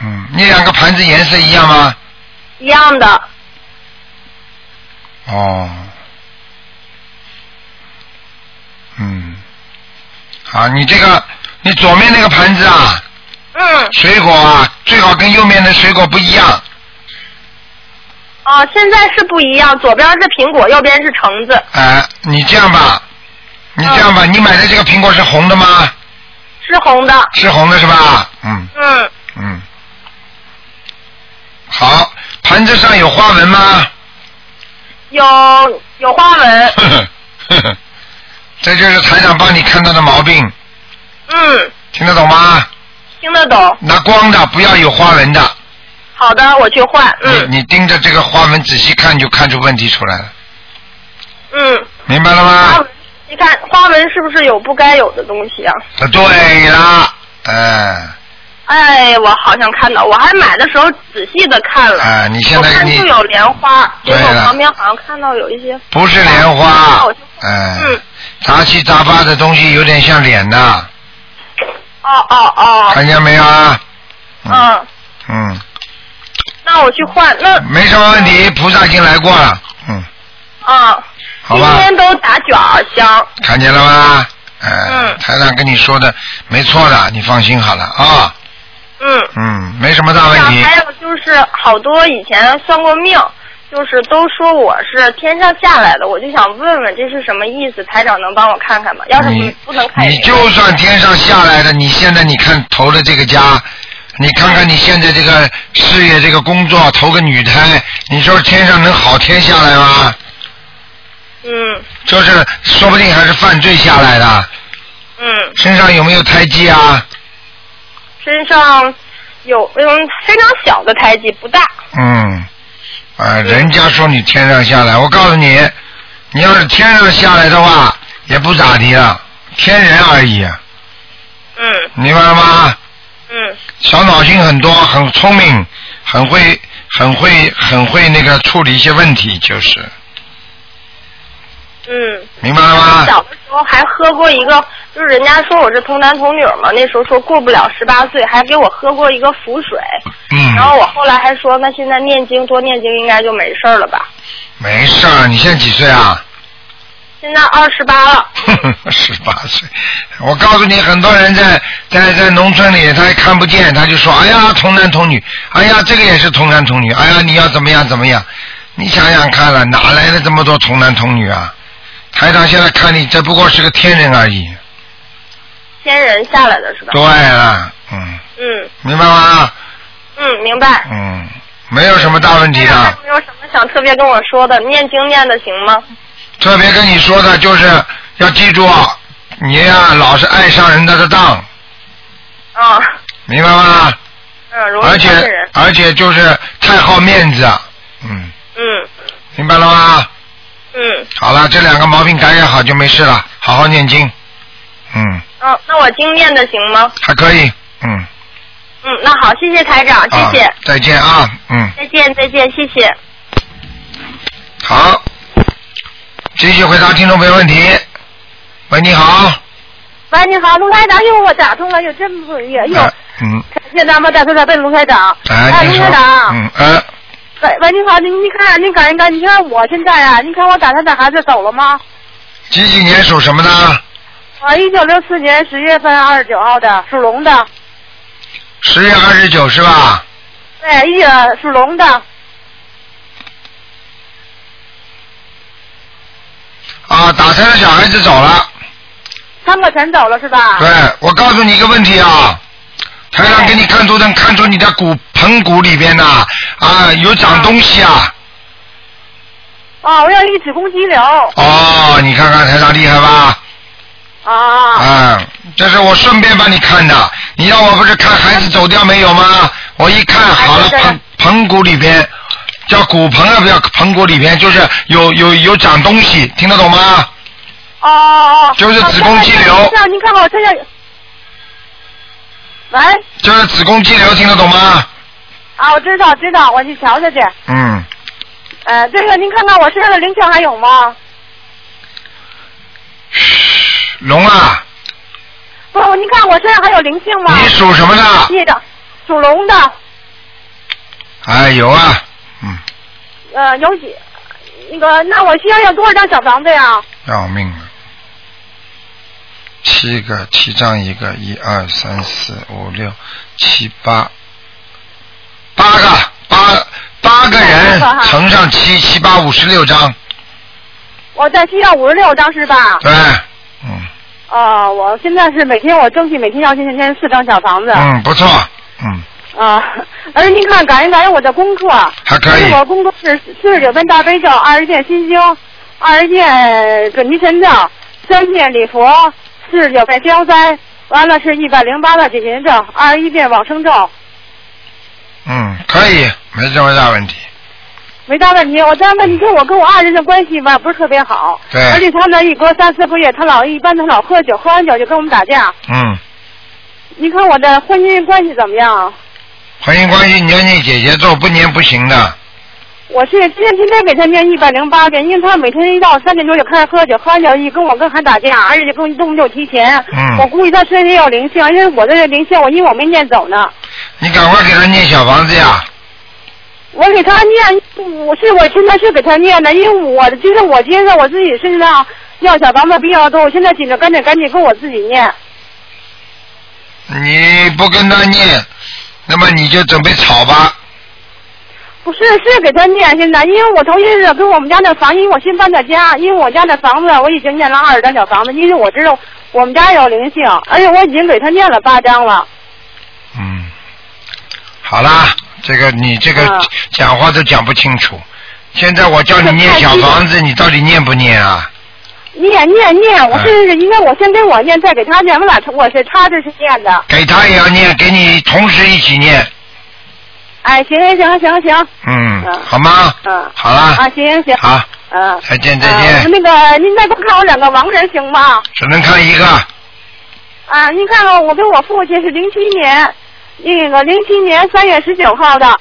Speaker 1: 嗯，那两个盘子颜色一样吗？
Speaker 6: 一样的。
Speaker 1: 哦，嗯，好，你这个你左面那个盘子啊，
Speaker 6: 嗯，
Speaker 1: 水果啊，最好跟右面的水果不一样。
Speaker 6: 哦，现在是不一样，左边是苹果，右边是橙子，
Speaker 1: 哎、你这样吧，你这样吧，你买的这个苹果是红的吗？
Speaker 6: 是红的。
Speaker 1: 是红的是吧？嗯
Speaker 6: 嗯，
Speaker 1: 嗯。好，盘子上有花纹吗？
Speaker 6: 有有花纹。
Speaker 1: 呵呵呵呵， 这就是台长帮你看到的毛病，
Speaker 6: 嗯，
Speaker 1: 听得懂吗？
Speaker 6: 听得懂。
Speaker 1: 拿光的，不要有花纹的。
Speaker 6: 好的，我去换。嗯
Speaker 1: 你你盯着这个花纹仔细看，就看出问题出来了，
Speaker 6: 嗯。
Speaker 1: 明白了
Speaker 6: 花
Speaker 1: 吗？
Speaker 6: 纹，你看花纹是不是有不该有的东西啊？
Speaker 1: 啊，对了，哎、
Speaker 6: 哎，我好像看到，我还买的时候仔细的看了。
Speaker 1: 哎你现
Speaker 6: 我
Speaker 1: 在
Speaker 6: 看
Speaker 1: 你
Speaker 6: 就有莲花，
Speaker 1: 对
Speaker 6: 结果
Speaker 1: 了
Speaker 6: 旁边好像看到有一些。
Speaker 1: 不是莲花
Speaker 6: 哦，
Speaker 1: 哎、
Speaker 6: 嗯，
Speaker 1: 杂七杂八的东西有点像脸呐，
Speaker 6: 哦哦哦，
Speaker 1: 看见没有啊？
Speaker 6: 嗯，
Speaker 1: 嗯，
Speaker 6: 那我去换那
Speaker 1: 没什么问题，菩萨已经来过了，嗯，
Speaker 6: 啊，
Speaker 1: 好
Speaker 6: 今
Speaker 1: 吧，
Speaker 6: 天都打卷儿香。
Speaker 1: 看见了吗？哎、
Speaker 6: 嗯
Speaker 1: 台长跟你说的没错的，你放心好了啊、
Speaker 6: 嗯，
Speaker 1: 嗯，没什么大问题，
Speaker 6: 啊还有就是好多以前算过命，就是都说我是天上下来的，我就想问问这是什么意思？台长能帮我看看吗？要是
Speaker 1: 你
Speaker 6: 不不能看也
Speaker 1: 你
Speaker 6: 没
Speaker 1: 就
Speaker 6: 关系
Speaker 1: 算天上下来的，你现在你看投的这个家，你看看你现在这个事业这个工作，投个女胎，你说天上能好天下来吗？
Speaker 6: 嗯
Speaker 1: 就是说不定还是犯罪下来的，
Speaker 6: 嗯，
Speaker 1: 身上有没有胎记啊？
Speaker 6: 身上有嗯非常小的胎记，不大。
Speaker 1: 嗯，啊，人家说你天上下来，我告诉你，你要是天上下来的话，也不咋地了，天人而已，啊
Speaker 6: 嗯
Speaker 1: 明白了吗？
Speaker 6: 嗯
Speaker 1: 小脑筋很多，很聪明，很会，很会，很会那个处理一些问题，就是
Speaker 6: 嗯。
Speaker 1: 明白了
Speaker 6: 小
Speaker 1: 吗？
Speaker 6: 的时候还喝过一个，就是人家说我是童男童女嘛，那时候说过不了十八岁，还给我喝过一个符水。
Speaker 1: 嗯，
Speaker 6: 然后我后来还说，那现在念经多念经应该就没事儿了吧？
Speaker 1: 没事儿，你现在几岁啊？
Speaker 7: 现在二十八了。
Speaker 1: 十八岁，我告诉你，很多人在在在农村里，他也看不见，他就说：“哎呀，童男童女，哎呀，这个也是童男童女，哎呀，你要怎么样怎么样？”你想想看了，哪来的这么多童男童女啊？台长现在看你，这不过是个天人而已。
Speaker 7: 天人下来的是吧？
Speaker 1: 对了，嗯，
Speaker 7: 嗯
Speaker 1: 明白吗？
Speaker 7: 嗯，明白。
Speaker 1: 嗯，没有什么大问题
Speaker 7: 那还
Speaker 1: 的
Speaker 7: 有。没有什么想特别跟我说的？念经念的行吗？
Speaker 1: 特别跟你说的就是要记住，你呀、老是爱上人家的当，
Speaker 7: 啊，
Speaker 1: 明白吗？
Speaker 7: 嗯，容
Speaker 1: 而
Speaker 7: 易伤
Speaker 1: 且
Speaker 7: 人。
Speaker 1: 而且就是太好面子，嗯，
Speaker 7: 嗯
Speaker 1: 明白了吗？
Speaker 7: 嗯，
Speaker 1: 好了，这两个毛病改改好就没事了，好好念经，嗯，
Speaker 7: 哦，那我经念的行吗？
Speaker 1: 还可以，嗯，
Speaker 7: 嗯，那好，谢谢台长，谢谢，
Speaker 1: 啊，再见啊，嗯，
Speaker 7: 再见再见，谢谢。
Speaker 1: 好，继续回答听众朋友问题。喂，你好，
Speaker 6: 喂，你好，卢台长，又我打通了，又真不也又
Speaker 1: 啊嗯，
Speaker 6: 哎感谢咱们大头大笨卢台长。
Speaker 1: 哎，
Speaker 6: 卢
Speaker 1: 您说
Speaker 6: 台，长，
Speaker 1: 嗯，呃，
Speaker 6: 喂喂，你好，您您看您感应感，你看我现在啊，你看我打算带孩子走了吗？
Speaker 1: 几几年属什么的？
Speaker 6: 我一九六四年十月份二十九号的，属龙的，
Speaker 1: 十月二十九是吧？
Speaker 6: 对，哎一九属龙的，
Speaker 1: 啊，打胎的小孩子走了。
Speaker 6: 三个全走了是吧？
Speaker 1: 对，我告诉你一个问题啊，台上给你看图腾，看出你的骨盆骨里边呐啊有长东西啊。
Speaker 6: 哦，我要一子宫肌瘤。
Speaker 1: 哦，你看看台长厉害吧？
Speaker 6: 啊，
Speaker 1: 嗯，这是我顺便帮你看的。你要我不是看孩子走掉没有吗？我一看好了，
Speaker 6: 啊对对
Speaker 1: 盆盆骨里边叫骨盆啊，不叫盆骨里边，就是有有有长东西，听得懂吗？
Speaker 6: 哦哦哦，
Speaker 1: 就是子宫肌瘤
Speaker 6: 啊您看看我身上有，喂，
Speaker 1: 就是子宫肌瘤，听得懂吗？
Speaker 6: 啊，我知道知道，我去瞧瞧去。
Speaker 1: 嗯，
Speaker 6: 呃，这个您看看我身上的灵性还有吗？
Speaker 1: 龙啊，
Speaker 6: 不是，您看我身上还有灵性吗？
Speaker 1: 你属什么的？
Speaker 6: 记的，属龙的，
Speaker 1: 哎，有啊，嗯。
Speaker 6: 呃，有几那个？那我需要要多少张小房子呀？
Speaker 1: 要命了！七个，七张一个，一二三四五六七八，八个，八八个人
Speaker 6: 八个哈
Speaker 1: 嗯乘上七，七八五十六张，
Speaker 6: 我再需要五十六张是吧？
Speaker 1: 对，嗯
Speaker 6: 啊、我现在是每天我争取每天要先先四张小房子。啊、
Speaker 1: 嗯，不错，嗯，
Speaker 6: 而且您看，感应感应我的功课，
Speaker 1: 还可
Speaker 6: 因
Speaker 1: 以
Speaker 6: 为，我工作是四十九遍大悲咒，二十遍心经，二十遍准提神咒，三遍礼佛，四十九遍消灾，完了是一百零八个解结咒，二十一遍往生咒，
Speaker 1: 嗯，可以，没什么大问题，
Speaker 6: 没大问题。我但问题是我跟我爱人的关系吧不是特别好，
Speaker 1: 对
Speaker 6: 而且他呢一隔三四个月，他老一般他老喝酒，喝完酒就跟我们打架。
Speaker 1: 嗯，
Speaker 6: 你看我的婚姻关系怎么样？
Speaker 1: 婚姻关系你要念姐姐咒，不念不行的，
Speaker 6: 我是天天天给他念一百零八遍，因为他每天一到三点钟就开始喝酒，喝完酒一跟我跟还打架，而且就跟我动不动提钱。
Speaker 1: 嗯
Speaker 6: 我估计他身体有灵性，因为我的灵性我因为我没念走呢，
Speaker 1: 你赶快给他念小房子呀，
Speaker 6: 我给他念，我是我现在是给他念的，因为我的就是我接着我自己身上要小房子比较多，我现在紧着赶紧赶紧跟我自己念。
Speaker 1: 你不跟他念，那么你就准备吵吧，
Speaker 6: 不是，是给他念现在，因为我头些日子跟我们家那房，因为我新搬的家，因为我家那房子我已经念了二十张小房子，因为我知道我们家有灵性，而且我已经给他念了八张了。
Speaker 1: 嗯，好啦，这个你这个
Speaker 6: 嗯
Speaker 1: 讲话都讲不清楚。现在我叫你念小房子，你到底念不念啊？
Speaker 6: 念念念，我是因为我先给我念，再给他念，我俩我是插着是念的。
Speaker 1: 给他也要念，给你同时一起念，
Speaker 6: 哎，行行行行行，
Speaker 1: 嗯，
Speaker 6: 嗯
Speaker 1: 好吗？
Speaker 6: 嗯
Speaker 1: 好啦
Speaker 6: 啊，，行行行，
Speaker 1: 好，
Speaker 6: 嗯。
Speaker 1: 再见再
Speaker 6: 啊
Speaker 1: 见，
Speaker 6: 那个，您再给我看我两个亡人行吗？
Speaker 1: 只能看一个，
Speaker 6: 啊，您看看我跟我父亲是零七年，那个零七年三月十九号的，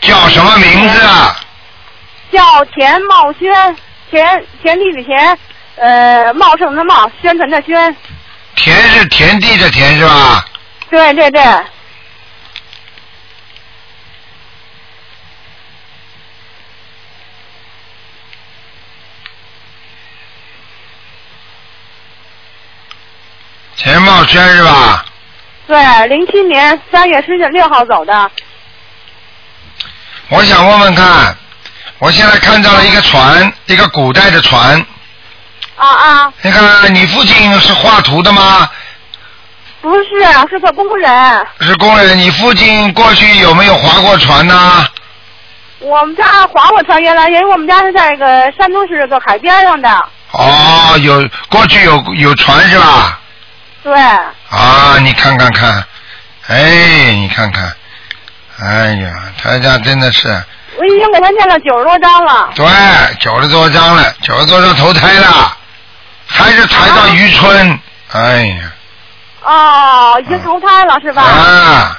Speaker 1: 叫什么名字啊？
Speaker 6: 叫田茂轩，田田地的田，呃，茂盛的茂，宣传的宣，
Speaker 1: 田是田地的田是吧？
Speaker 6: 对对对，
Speaker 1: 陈茂轩是吧？
Speaker 6: 对，零七年三月十九六号走的。
Speaker 1: 我想问问看，我现在看到了一个船，一个古代的船。
Speaker 6: 嗯啊啊，
Speaker 1: 那个，你父亲是画图的吗？
Speaker 6: 不是，啊是个工人。
Speaker 1: 是工人。你父亲过去有没有划过船呢、
Speaker 6: 我们家划过船，原来因为我们家是在那个山东市个海边上的。
Speaker 1: 哦，有，过去有有船是吧？
Speaker 6: 对，
Speaker 1: 啊，你看看看，哎，你看看，哎呀，台长真的是，
Speaker 6: 我已经给他念了九十多章了。
Speaker 1: 对，九十多张了，九十多张投胎了，还是抬到渔村，哎呀，
Speaker 6: 哦，已经投胎了是吧？
Speaker 1: 啊，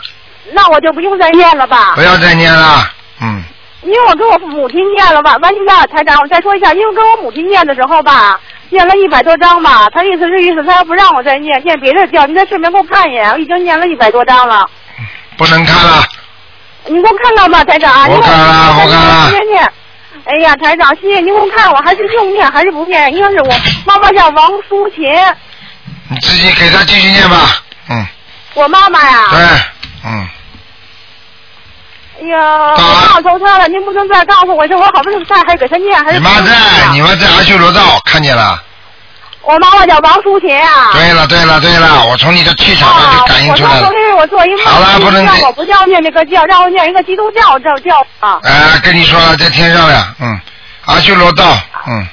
Speaker 6: 那我就不用再念了吧
Speaker 1: 不？要再念了，嗯，
Speaker 6: 因为我跟我母亲念了吧，完现在台长，我再说一下，因为跟我母亲念的时候吧，念了一百多章吧，她意思是意思，她要不让我再念，念别的教，您在顺便给我看一眼，我已经念了一百多章了，
Speaker 1: 不能看了，
Speaker 6: 您给我看到吧，台长啊，
Speaker 1: 我看了我看了
Speaker 6: 谢谢念。哎呀，台长，谢谢您给我看，我还是用念还是不念？应该是我妈妈叫王淑琴，
Speaker 1: 你自己给他继续念吧，嗯，
Speaker 6: 我妈妈呀。
Speaker 1: 对，嗯，
Speaker 6: 哎呀，我忘投胎了，您不能再告诉我一声，我好不容易再还给他念，还
Speaker 1: 你
Speaker 6: 是
Speaker 1: 妈
Speaker 6: 不念
Speaker 1: 在，
Speaker 6: 啊
Speaker 1: 你妈在阿修罗道，看见了。
Speaker 6: 我妈妈叫王淑琴啊。
Speaker 1: 对了对了对了，我从你的气场上
Speaker 6: 啊
Speaker 1: 就感应出来
Speaker 6: 我
Speaker 1: 了
Speaker 6: 昨。天我做一梦，
Speaker 1: 好了不能
Speaker 6: 让
Speaker 1: 再
Speaker 6: 我不叫念那个教，让我念一个基督教教教啊。
Speaker 1: 哎，跟你说了，在天上了，嗯，阿修罗道，嗯，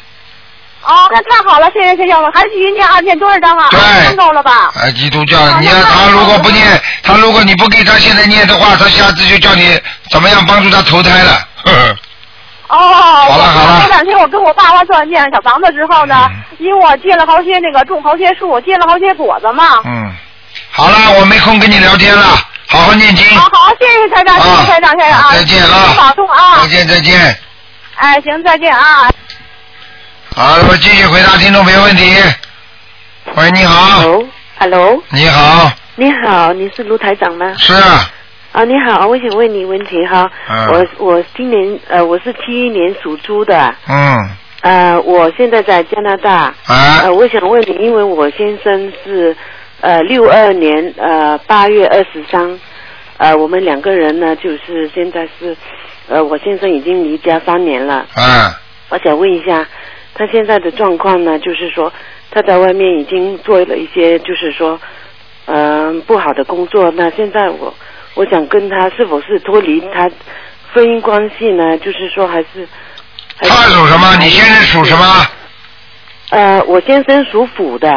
Speaker 6: 哦，那太好了，谢谢谢谢，我还继续念啊，念多少章啊？
Speaker 1: 对
Speaker 6: 二十章够了吧？
Speaker 1: 哎，基督教，
Speaker 6: 好
Speaker 1: 你要
Speaker 6: 那
Speaker 1: 他
Speaker 6: 那
Speaker 1: 如果
Speaker 6: 好
Speaker 1: 不念，他如果你不给他现在念的话，他下次就叫你怎么样帮助他投胎了。呵呵
Speaker 6: 哦，
Speaker 1: 好
Speaker 6: 好
Speaker 1: 了好了嗯
Speaker 6: 前两天我跟我爸爸做念小房子之后呢，因为我借了好些那个种好些树，借了好些果子嘛。
Speaker 1: 嗯，好了，我没空跟你聊天了，好好念经。
Speaker 6: 好好，谢谢台长，谢
Speaker 1: 啊
Speaker 6: 谢台长，谢谢啊，
Speaker 1: 再见啊
Speaker 6: 您保重啊
Speaker 1: 再，见再见。
Speaker 6: 哎，行，再见啊。
Speaker 1: 好，那么继续回答听众朋友问题。喂，你好，
Speaker 8: Hello，Hello，
Speaker 1: 你好，
Speaker 8: 你好，你是卢台长吗？
Speaker 1: 是啊，
Speaker 8: 啊，你好，我想问你问题哈。
Speaker 1: 嗯
Speaker 8: 我我今年呃，我是七一年属猪的，
Speaker 1: 嗯，
Speaker 8: 呃，我现在在加拿大，
Speaker 1: 啊
Speaker 8: 呃，，我想问你，因为我先生是呃六二年呃八月二十三，呃，我们两个人呢，就是现在是呃，我先生已经离家三年了，
Speaker 1: 啊，
Speaker 8: 我想问一下，他现在的状况呢？就是说他在外面已经做了一些，就是说，嗯、不好的工作。那现在我我想跟他是否是脱离他婚姻关系呢？就是说还是还是
Speaker 1: 他属什么？你先生属什么？
Speaker 8: 呃，我先生属虎的，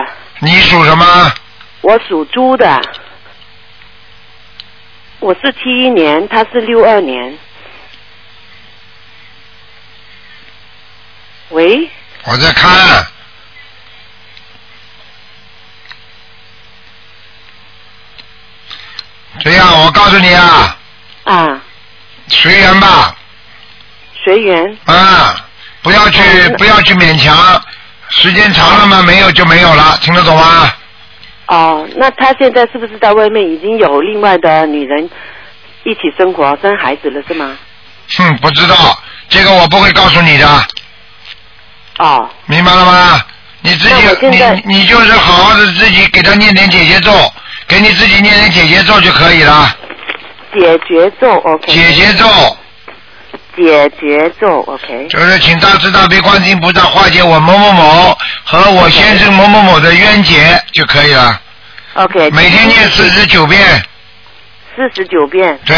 Speaker 1: 你属什么？
Speaker 8: 我属猪的，我是七一年，他是六二年。喂，
Speaker 1: 我在看。这样，我告诉你啊，
Speaker 8: 啊，
Speaker 1: 随缘吧，
Speaker 8: 随缘。啊
Speaker 1: 啊，不要去不要去勉强，时间长了嘛，没有就没有了，听得懂吗？
Speaker 8: 哦，那他现在是不是在外面已经有另外的女人一起生活、生孩子了，是吗？
Speaker 1: 哼，不知道，这个我不会告诉你的，
Speaker 8: 哦，
Speaker 1: 明白了吗？你自
Speaker 8: 那我
Speaker 1: 己，
Speaker 8: 现在
Speaker 1: 你你就是好好的自己给他念点姐姐咒，给你自己念点姐姐咒就可以了。
Speaker 8: 解决咒，OK。
Speaker 1: 姐姐咒，
Speaker 8: 解决咒，OK。
Speaker 1: 就是请大慈大悲观世音菩萨化解我某某某和我先生某某某的冤结就可以了。
Speaker 8: OK。
Speaker 1: 每天念四十九遍，
Speaker 8: 四十九遍
Speaker 1: 对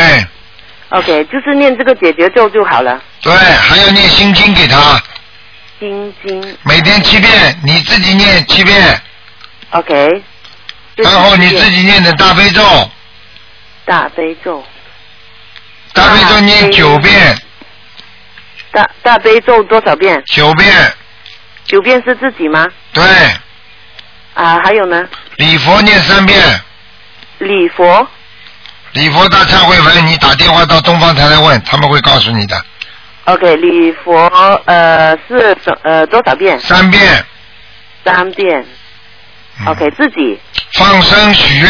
Speaker 8: ，OK，就是念这个解决咒就好了。
Speaker 1: 对，还要念心经给他，
Speaker 8: 心经
Speaker 1: 每天七遍，你自己念七遍，
Speaker 8: ，OK。
Speaker 1: 然后你自己念的大悲咒，
Speaker 8: 大悲咒，
Speaker 1: 大悲咒念九遍，
Speaker 8: 大大悲咒多少遍？
Speaker 1: 九遍，
Speaker 8: 九遍是自己吗？
Speaker 1: 对，
Speaker 8: 啊，还有呢，
Speaker 1: 礼佛念三遍，
Speaker 8: 礼佛
Speaker 1: 礼佛大忏悔文，你打电话到东方台来问，他们会告诉你的，
Speaker 8: ，OK，礼佛呃是呃多少遍？
Speaker 1: 三遍。
Speaker 8: 三遍
Speaker 1: 嗯
Speaker 8: ，OK，自己。
Speaker 1: 放生许愿，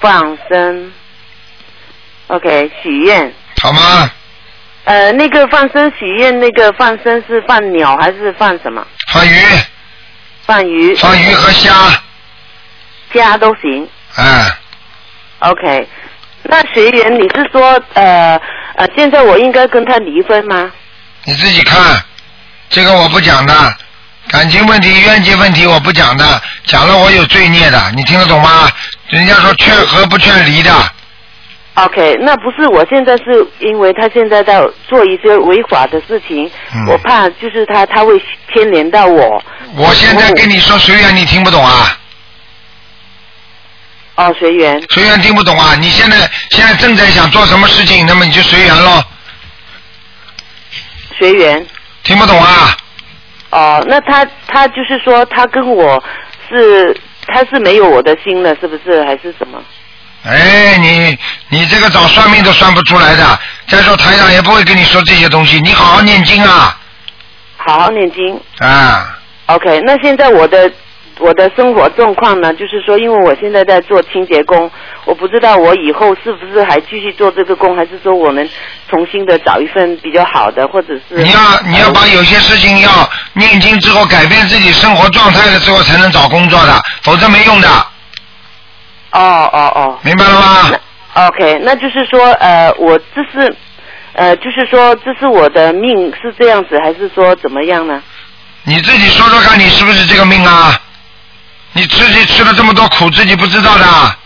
Speaker 8: 放生。OK，许愿。
Speaker 1: 好吗？
Speaker 8: 呃，那个放生许愿，那个放生是放鸟还是放什么？
Speaker 1: 放鱼，
Speaker 8: 放鱼。
Speaker 1: 放鱼和虾。
Speaker 8: 家都行。
Speaker 1: 啊，
Speaker 8: OK，那学员，你是说呃呃，现在我应该跟他离婚吗？
Speaker 1: 你自己看，这个我不讲的，感情问题、冤结问题我不讲的，讲了我有罪孽的，你听得懂吗？人家说劝和不劝离的，
Speaker 8: OK，那不是，我现在是因为他现在在做一些违法的事情，
Speaker 1: 嗯
Speaker 8: 我怕就是他他会牵连到我。
Speaker 1: 我现在跟你说随缘，你听不懂啊，
Speaker 8: 哦，随缘。
Speaker 1: 随缘听不懂啊，你现在现在正在想做什么事情，那么你就随缘喽，
Speaker 8: 随缘。
Speaker 1: 听不懂啊？
Speaker 8: 哦，那他他就是说他跟我是他是没有我的心了，是不是还是什么？
Speaker 1: 哎，你你这个找算命都算不出来的，再说台长也不会跟你说这些东西，你好好念经啊
Speaker 8: 好好念经。
Speaker 1: 啊，
Speaker 8: OK，那现在我的我的生活状况呢，就是说，因为我现在在做清洁工，我不知道我以后是不是还继续做这个工，还是说我们重新的找一份比较好的，或者是
Speaker 1: 你要你要把有些事情要念经之后改变自己生活状态了之后才能找工作的，否则没用的，
Speaker 8: 哦哦哦
Speaker 1: 明白了吗？
Speaker 8: ，OK，那就是说，呃，我这是呃，就是说这是我的命是这样子，还是说怎么样呢？
Speaker 1: 你自己说说看，你是不是这个命啊？你自己吃了这么多苦，自己不知道的啊？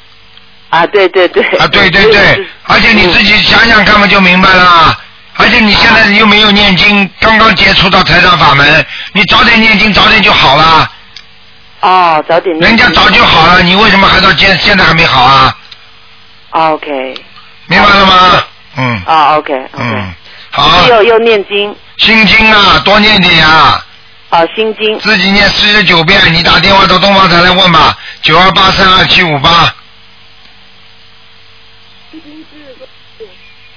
Speaker 8: 啊，对对对，
Speaker 1: 对对
Speaker 8: 所以我就
Speaker 1: 对，而且你自己想想看嘛，就明白了。而且你现在又没有念经，刚刚接触到财长法门，你早点念经，早点就好了。
Speaker 8: 哦，早点念
Speaker 1: 人家
Speaker 8: 经
Speaker 1: 早就好了，你为什么还到现现在还没好啊？
Speaker 8: 哦，OK，
Speaker 1: 明白了吗？嗯
Speaker 8: 啊 OK OK，、
Speaker 1: 嗯，好，
Speaker 8: 又又念经，
Speaker 1: 心经啊，多念点啊，
Speaker 8: 啊，心经。
Speaker 1: 自己念四十九遍。你打电话到东方台来问吧，九二八三二七五八。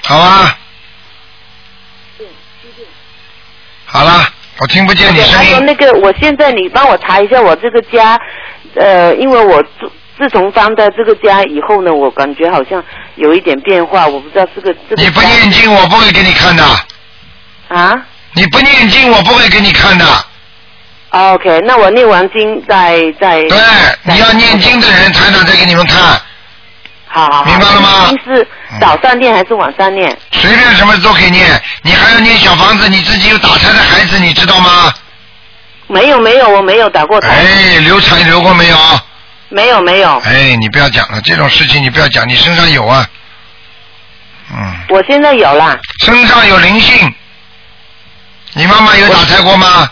Speaker 1: 好啊。好了，我听不见你
Speaker 8: 对，他
Speaker 1: 声
Speaker 8: 说
Speaker 1: 音。
Speaker 8: 那个，我现在你帮我查一下我这个家，呃，因为我自自从搬到这个家以后呢，我感觉好像有一点变化，我不知道这个这个
Speaker 1: 你不
Speaker 8: 家
Speaker 1: 念经，我不会给你看的。
Speaker 8: 啊
Speaker 1: 你不念经，我不会给你看的。
Speaker 8: 哦？OK，那我念完经再再
Speaker 1: 对，你要念经的人，台长再给你们看，
Speaker 8: 好好好
Speaker 1: 明白了吗
Speaker 8: 经是早上念还是晚上念？
Speaker 1: 随便什么都可以念。你还要念小房子，你自己有打胎的孩子，你知道吗？
Speaker 8: 没有没有，我没有打过台，
Speaker 1: 哎，流产流过没有？
Speaker 8: 没有没有，
Speaker 1: 哎，你不要讲了，这种事情你不要讲，你身上有啊。嗯，
Speaker 8: 我现在有啦，
Speaker 1: 身上有灵性。你妈妈有打胎过吗？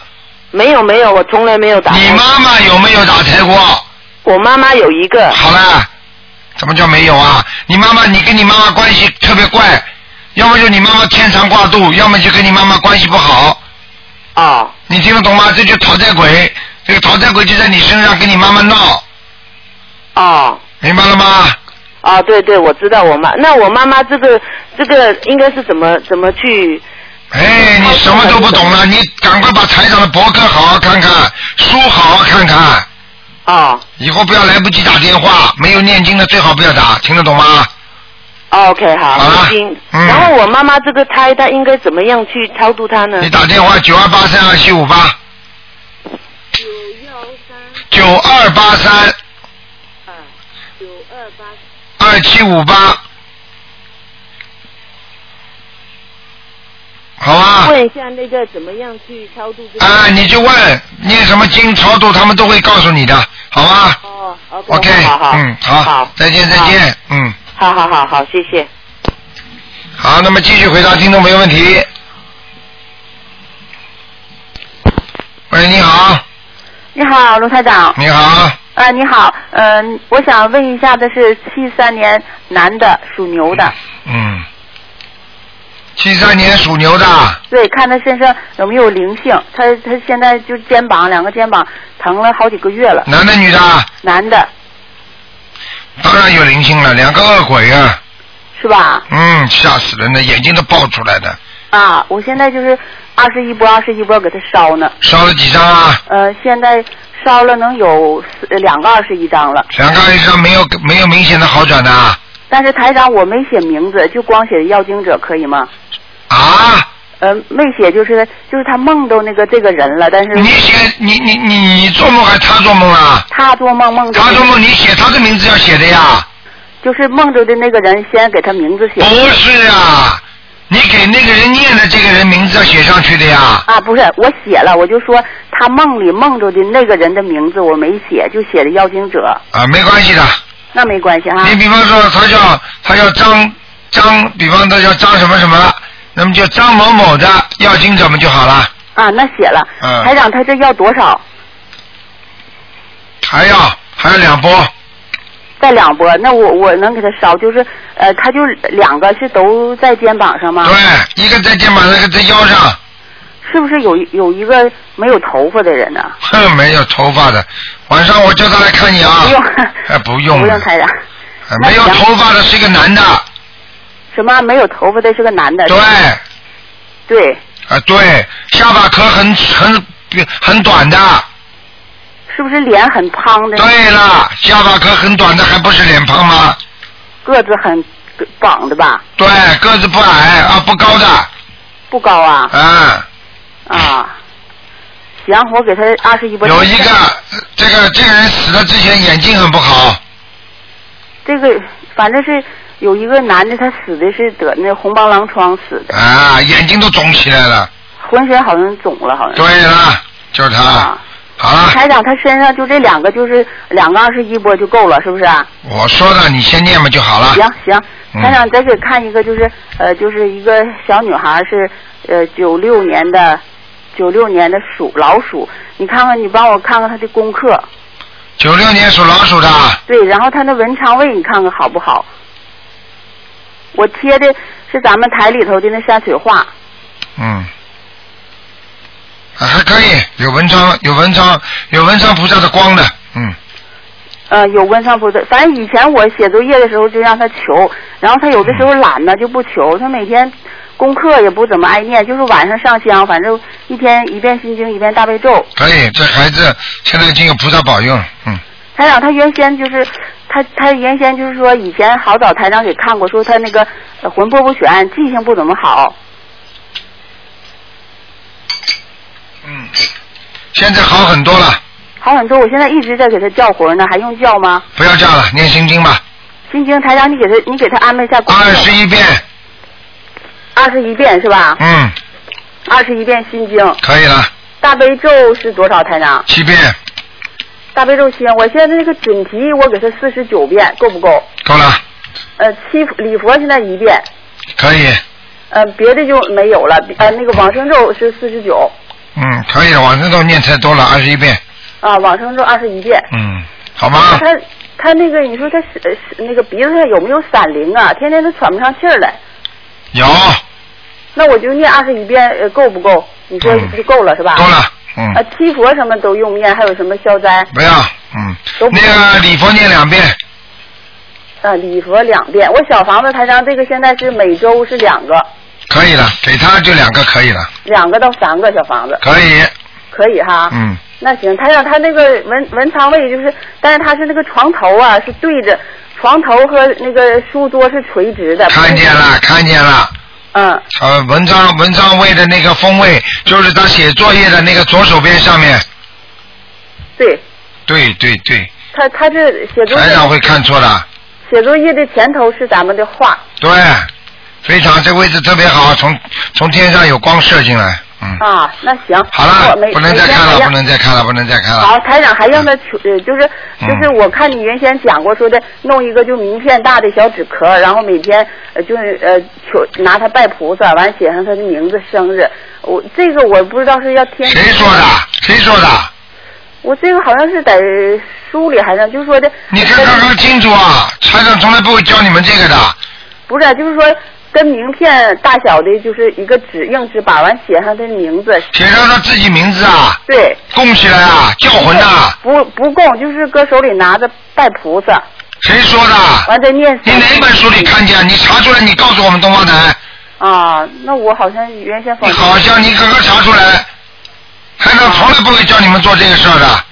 Speaker 8: 没有没有，我从来没有打过。
Speaker 1: 你妈妈有没有打胎过？
Speaker 8: 我妈妈有一个，
Speaker 1: 好了，怎么叫没有啊？你妈妈，你跟你妈妈关系特别怪，要么就你妈妈牵肠挂肚，要么就跟你妈妈关系不好。
Speaker 8: 哦
Speaker 1: 你听得懂吗？这就讨债鬼，这个讨债鬼就在你身上跟你妈妈闹，
Speaker 8: 哦。
Speaker 1: 明白了吗？
Speaker 8: 哦，对对，我知道我妈。那我妈妈这个这个应该是怎么怎么去？
Speaker 1: 哎，你什么都不懂了，你赶快把台长的博客好好看看，书好好看看，
Speaker 8: 哦
Speaker 1: 以后不要来不及打电话，没有念经的最好不要打，听得懂吗？
Speaker 8: 哦，OK，好，
Speaker 1: 好了
Speaker 8: 已经。
Speaker 1: 嗯
Speaker 8: 然后我妈妈这个胎，她应该怎么样去超度她呢
Speaker 1: 你？打电话九二八三二七五八。九二八三。啊九二八。二七五八。好啊。
Speaker 8: 问一下那个怎么样去超度这个？
Speaker 1: 啊，你就问念什么经超度，他们都会告诉你的，好吗
Speaker 8: 哦，OK，
Speaker 1: ？OK，
Speaker 8: 好好，
Speaker 1: 嗯，
Speaker 8: 好，
Speaker 1: 再见，再见，嗯，
Speaker 8: 好好好好，谢谢。
Speaker 1: 好，那么继续回答听众朋友问题。喂，你好，
Speaker 9: 你好，卢台长。
Speaker 1: 你好，
Speaker 9: 啊，你好，嗯、我想问一下的是，七三年男的，属牛的，
Speaker 1: 嗯，七三年属牛的，
Speaker 9: 对，看他身上有没有灵性，他他现在就肩膀两个肩膀疼了好几个月了，
Speaker 1: 男的女的，
Speaker 9: 男的
Speaker 1: 当然有灵性了，两个恶鬼啊，
Speaker 9: 是吧？
Speaker 1: 嗯，吓死人了，眼睛都爆出来的，
Speaker 9: 啊，我现在就是二十一波二十一波给他烧呢，
Speaker 1: 烧了几张啊？
Speaker 9: 呃，现在烧了能有四两个二十一张了，
Speaker 1: 两个一张没有没有明显的好转的啊？
Speaker 9: 但是台长我没写名字，就光写要经者可以吗？
Speaker 1: 啊
Speaker 9: 呃没写，就是就是他梦到那个这个人了，但是
Speaker 1: 你写你你你你做梦还是他做梦啊？
Speaker 9: 他做梦梦到
Speaker 1: 他做梦你写他的名字要写的呀？
Speaker 9: 就是梦着的那个人，先给他名字写。
Speaker 1: 不是啊，你给那个人念的这个人名字要写上去的呀。
Speaker 9: 啊，不是，我写了，我就说他梦里梦着的那个人的名字我没写，就写的邀请者，
Speaker 1: 啊，没关系的。
Speaker 9: 那没关系哈、
Speaker 1: 你比方说他叫他叫张张，比方他叫张什么什么，那么就张某某的要经者们就好了。
Speaker 9: 啊，那写了。
Speaker 1: 嗯
Speaker 9: 台长，他这要多少？
Speaker 1: 还要还有两波，
Speaker 9: 再两波，那我我能给他烧，就是呃，他就两个是都在肩膀上吗？
Speaker 1: 对，一个在肩膀上，一个在腰上。
Speaker 9: 是不是有一有一个没有头发的人呢、啊
Speaker 1: 哼，没有头发的。晚上我叫他来看你啊。
Speaker 9: 不用，
Speaker 1: 哎，不用
Speaker 9: 不
Speaker 1: 了
Speaker 9: 用，台长。
Speaker 1: 哎没有头发的是一个男的。
Speaker 9: 什么？没有头发的是个男的？
Speaker 1: 对。
Speaker 9: 对，
Speaker 1: 啊，对，下巴壳很很很短的。
Speaker 9: 是不是脸很胖的？
Speaker 1: 对了，下巴壳很短的还不是脸胖吗？
Speaker 9: 个子很膀的吧？
Speaker 1: 对，个子不矮啊，不高的，
Speaker 9: 不高啊。
Speaker 1: 啊，
Speaker 9: 啊，行，我给他二十一波。
Speaker 1: 有一个这个这个人死了之前眼睛很不好，
Speaker 9: 这个，反正是有一个男的，他死的是得那红斑狼疮死的，
Speaker 1: 啊，眼睛都肿起来了。
Speaker 9: 浑身好像肿了，好像。
Speaker 1: 对了，啊就是他。
Speaker 9: 啊
Speaker 1: 好了，
Speaker 9: 台长，他身上就这两个，就是两个二十一波就够了，是不是、啊？
Speaker 1: 我说的你先念嘛就好了。
Speaker 9: 行行，
Speaker 1: 嗯
Speaker 9: 台长再给看一个，就是呃，就是一个小女孩是呃九六年的，九六年的鼠老鼠，你看看，你帮我看看她的功课。
Speaker 1: 九六年属老鼠的，
Speaker 9: 对，然后她的文昌位，你看看好不好？我贴的是咱们台里头的那山水画，
Speaker 1: 嗯。啊，还可以，有文昌，有文昌，有文昌菩萨的光的，嗯，
Speaker 9: 呃，有文昌菩萨。反正以前我写作业的时候就让她求，然后她有的时候懒呢就不求，她每天功课也不怎么爱念，就是晚上上香，反正一天一遍心经，一遍大悲咒。
Speaker 1: 可以。这孩子现在已经有菩萨保佑了，嗯，
Speaker 9: 台长，他原先就是他他原先就是说以前好早台长给看过，说他那个呃魂魄不全，记性不怎么好。
Speaker 1: 现在好很多了，
Speaker 9: 好很多，我现在一直在给他叫魂呢，还用叫吗？
Speaker 1: 不要这样了，念心经吧，
Speaker 9: 心经，台长，你给他你给他安排一下功课。二十
Speaker 1: 一遍。
Speaker 9: 二十一遍是吧？
Speaker 1: 嗯，
Speaker 9: 二十一遍心经，
Speaker 1: 可以了，
Speaker 9: 大悲咒是多少？台长，
Speaker 1: 七遍
Speaker 9: 大悲咒七遍，我现在那个准提我给他四十九遍，够不够？
Speaker 1: 够了，
Speaker 9: 呃，七礼佛现在一遍，
Speaker 1: 可以，
Speaker 9: 呃，别的就没有了。呃，那个往生咒是四十九，
Speaker 1: 嗯，可以了。往生咒念太多了，二十一遍，
Speaker 9: 啊，往生咒二十一遍。
Speaker 1: 嗯，好吗？
Speaker 9: 哎他他那个，你说他是呃是那个鼻子上有没有闪灵啊？天天都喘不上气儿来。
Speaker 1: 有，
Speaker 9: 那我就念二十一遍，呃，够不够？你说就够了、是吧？
Speaker 1: 够了。嗯，
Speaker 9: 啊，七佛什么都用念，还有什么消灾？
Speaker 1: 不要，嗯，
Speaker 9: 都不
Speaker 1: 那个礼佛念两遍，
Speaker 9: 啊，礼佛两遍。我小房子台上这个现在是每周是两个，
Speaker 1: 可以了，给他就两个可以了，
Speaker 9: 两个到三个小房子。
Speaker 1: 可以，
Speaker 9: 可以哈。
Speaker 1: 嗯，
Speaker 9: 那行，他让他那个文文昌位就是，但是他是那个床头啊，是对着床头和那个书桌是垂直的。
Speaker 1: 看见了，看见了。
Speaker 9: 嗯。
Speaker 1: 呃，文章文章位的那个风位，就是他写作业的那个左手边上面。
Speaker 9: 对。
Speaker 1: 对对对，
Speaker 9: 他他这写作业
Speaker 1: 台长会看错的，
Speaker 9: 写作业的前头是咱们的画，
Speaker 1: 对，非常这位置特别好，从从天上有光射进来，嗯，
Speaker 9: 啊，那行，
Speaker 1: 好
Speaker 9: 那
Speaker 1: 了
Speaker 9: 我没，
Speaker 1: 不能再看
Speaker 9: 没
Speaker 1: 了，嗯
Speaker 9: 见
Speaker 1: 不能再看了，不能再看了。
Speaker 9: 好，台长还让他求，呃就是
Speaker 1: 嗯
Speaker 9: 就是，我看你原先讲过说的，弄一个就名片大的小纸壳，然后每天呃就是呃求拿它拜菩萨，完写上他的名字、生日。我这个我不知道是要天谁
Speaker 1: 说的？谁说的？
Speaker 9: 我这个好像是在书里还是就是说的，
Speaker 1: 你看看看清楚啊，台长从来不会教你们这个的，
Speaker 9: 不是、就是说跟名片大小的，就是一个纸硬纸板，完写上他的名字。
Speaker 1: 写上他自己名字啊，
Speaker 9: 对。
Speaker 1: 供起来啊，叫魂呐、
Speaker 9: 不不供，就是搁手里拿着拜菩萨。
Speaker 1: 谁说的？
Speaker 9: 完再念。
Speaker 1: 你哪本书里看见？你查出来，你告诉我们东方台，
Speaker 9: 啊，那我好像原先仿。
Speaker 1: 好像你可可查出来，台长从来不会教你们做这个事儿的，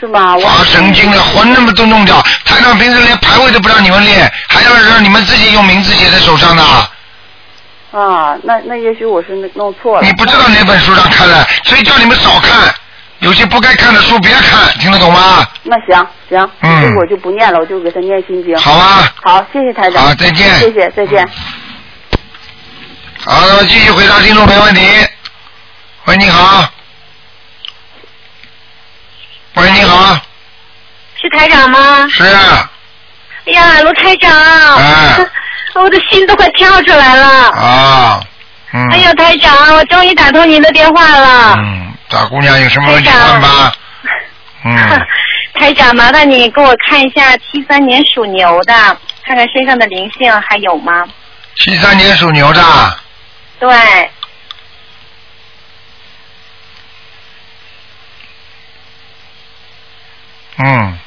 Speaker 9: 是吗？我
Speaker 1: 发神经了，魂那么都弄掉，台长平时连排位都不让你们练，还要让你们自己用名字写在手上的，
Speaker 9: 啊，那那也许我是弄弄错了。
Speaker 1: 你不知道哪本书上看的，所以叫你们少看，有些不该看的书别看，听得懂吗？
Speaker 9: 那行行，
Speaker 1: 嗯
Speaker 9: 这我就不念了，我就给他念心经。
Speaker 1: 好啊。
Speaker 9: 好，谢谢台长。
Speaker 1: 好再见嗯
Speaker 9: 谢谢，再见。
Speaker 1: 好，那么继续回答听众朋友问题。喂，你好。喂，你好，
Speaker 10: 是台长吗？
Speaker 1: 是啊，
Speaker 10: 哎呀，卢台长，
Speaker 1: 哎
Speaker 10: 我的心都快跳出来了。
Speaker 1: 啊，嗯。
Speaker 10: 哎呀，台长，我终于打通您的电话了。
Speaker 1: 嗯，大姑娘有什么问题问吧。嗯，
Speaker 10: 台长，麻烦你给我看一下七三年属牛的，看看身上的灵性还有吗？
Speaker 1: 七三年属牛的，
Speaker 10: 对，
Speaker 1: 嗯，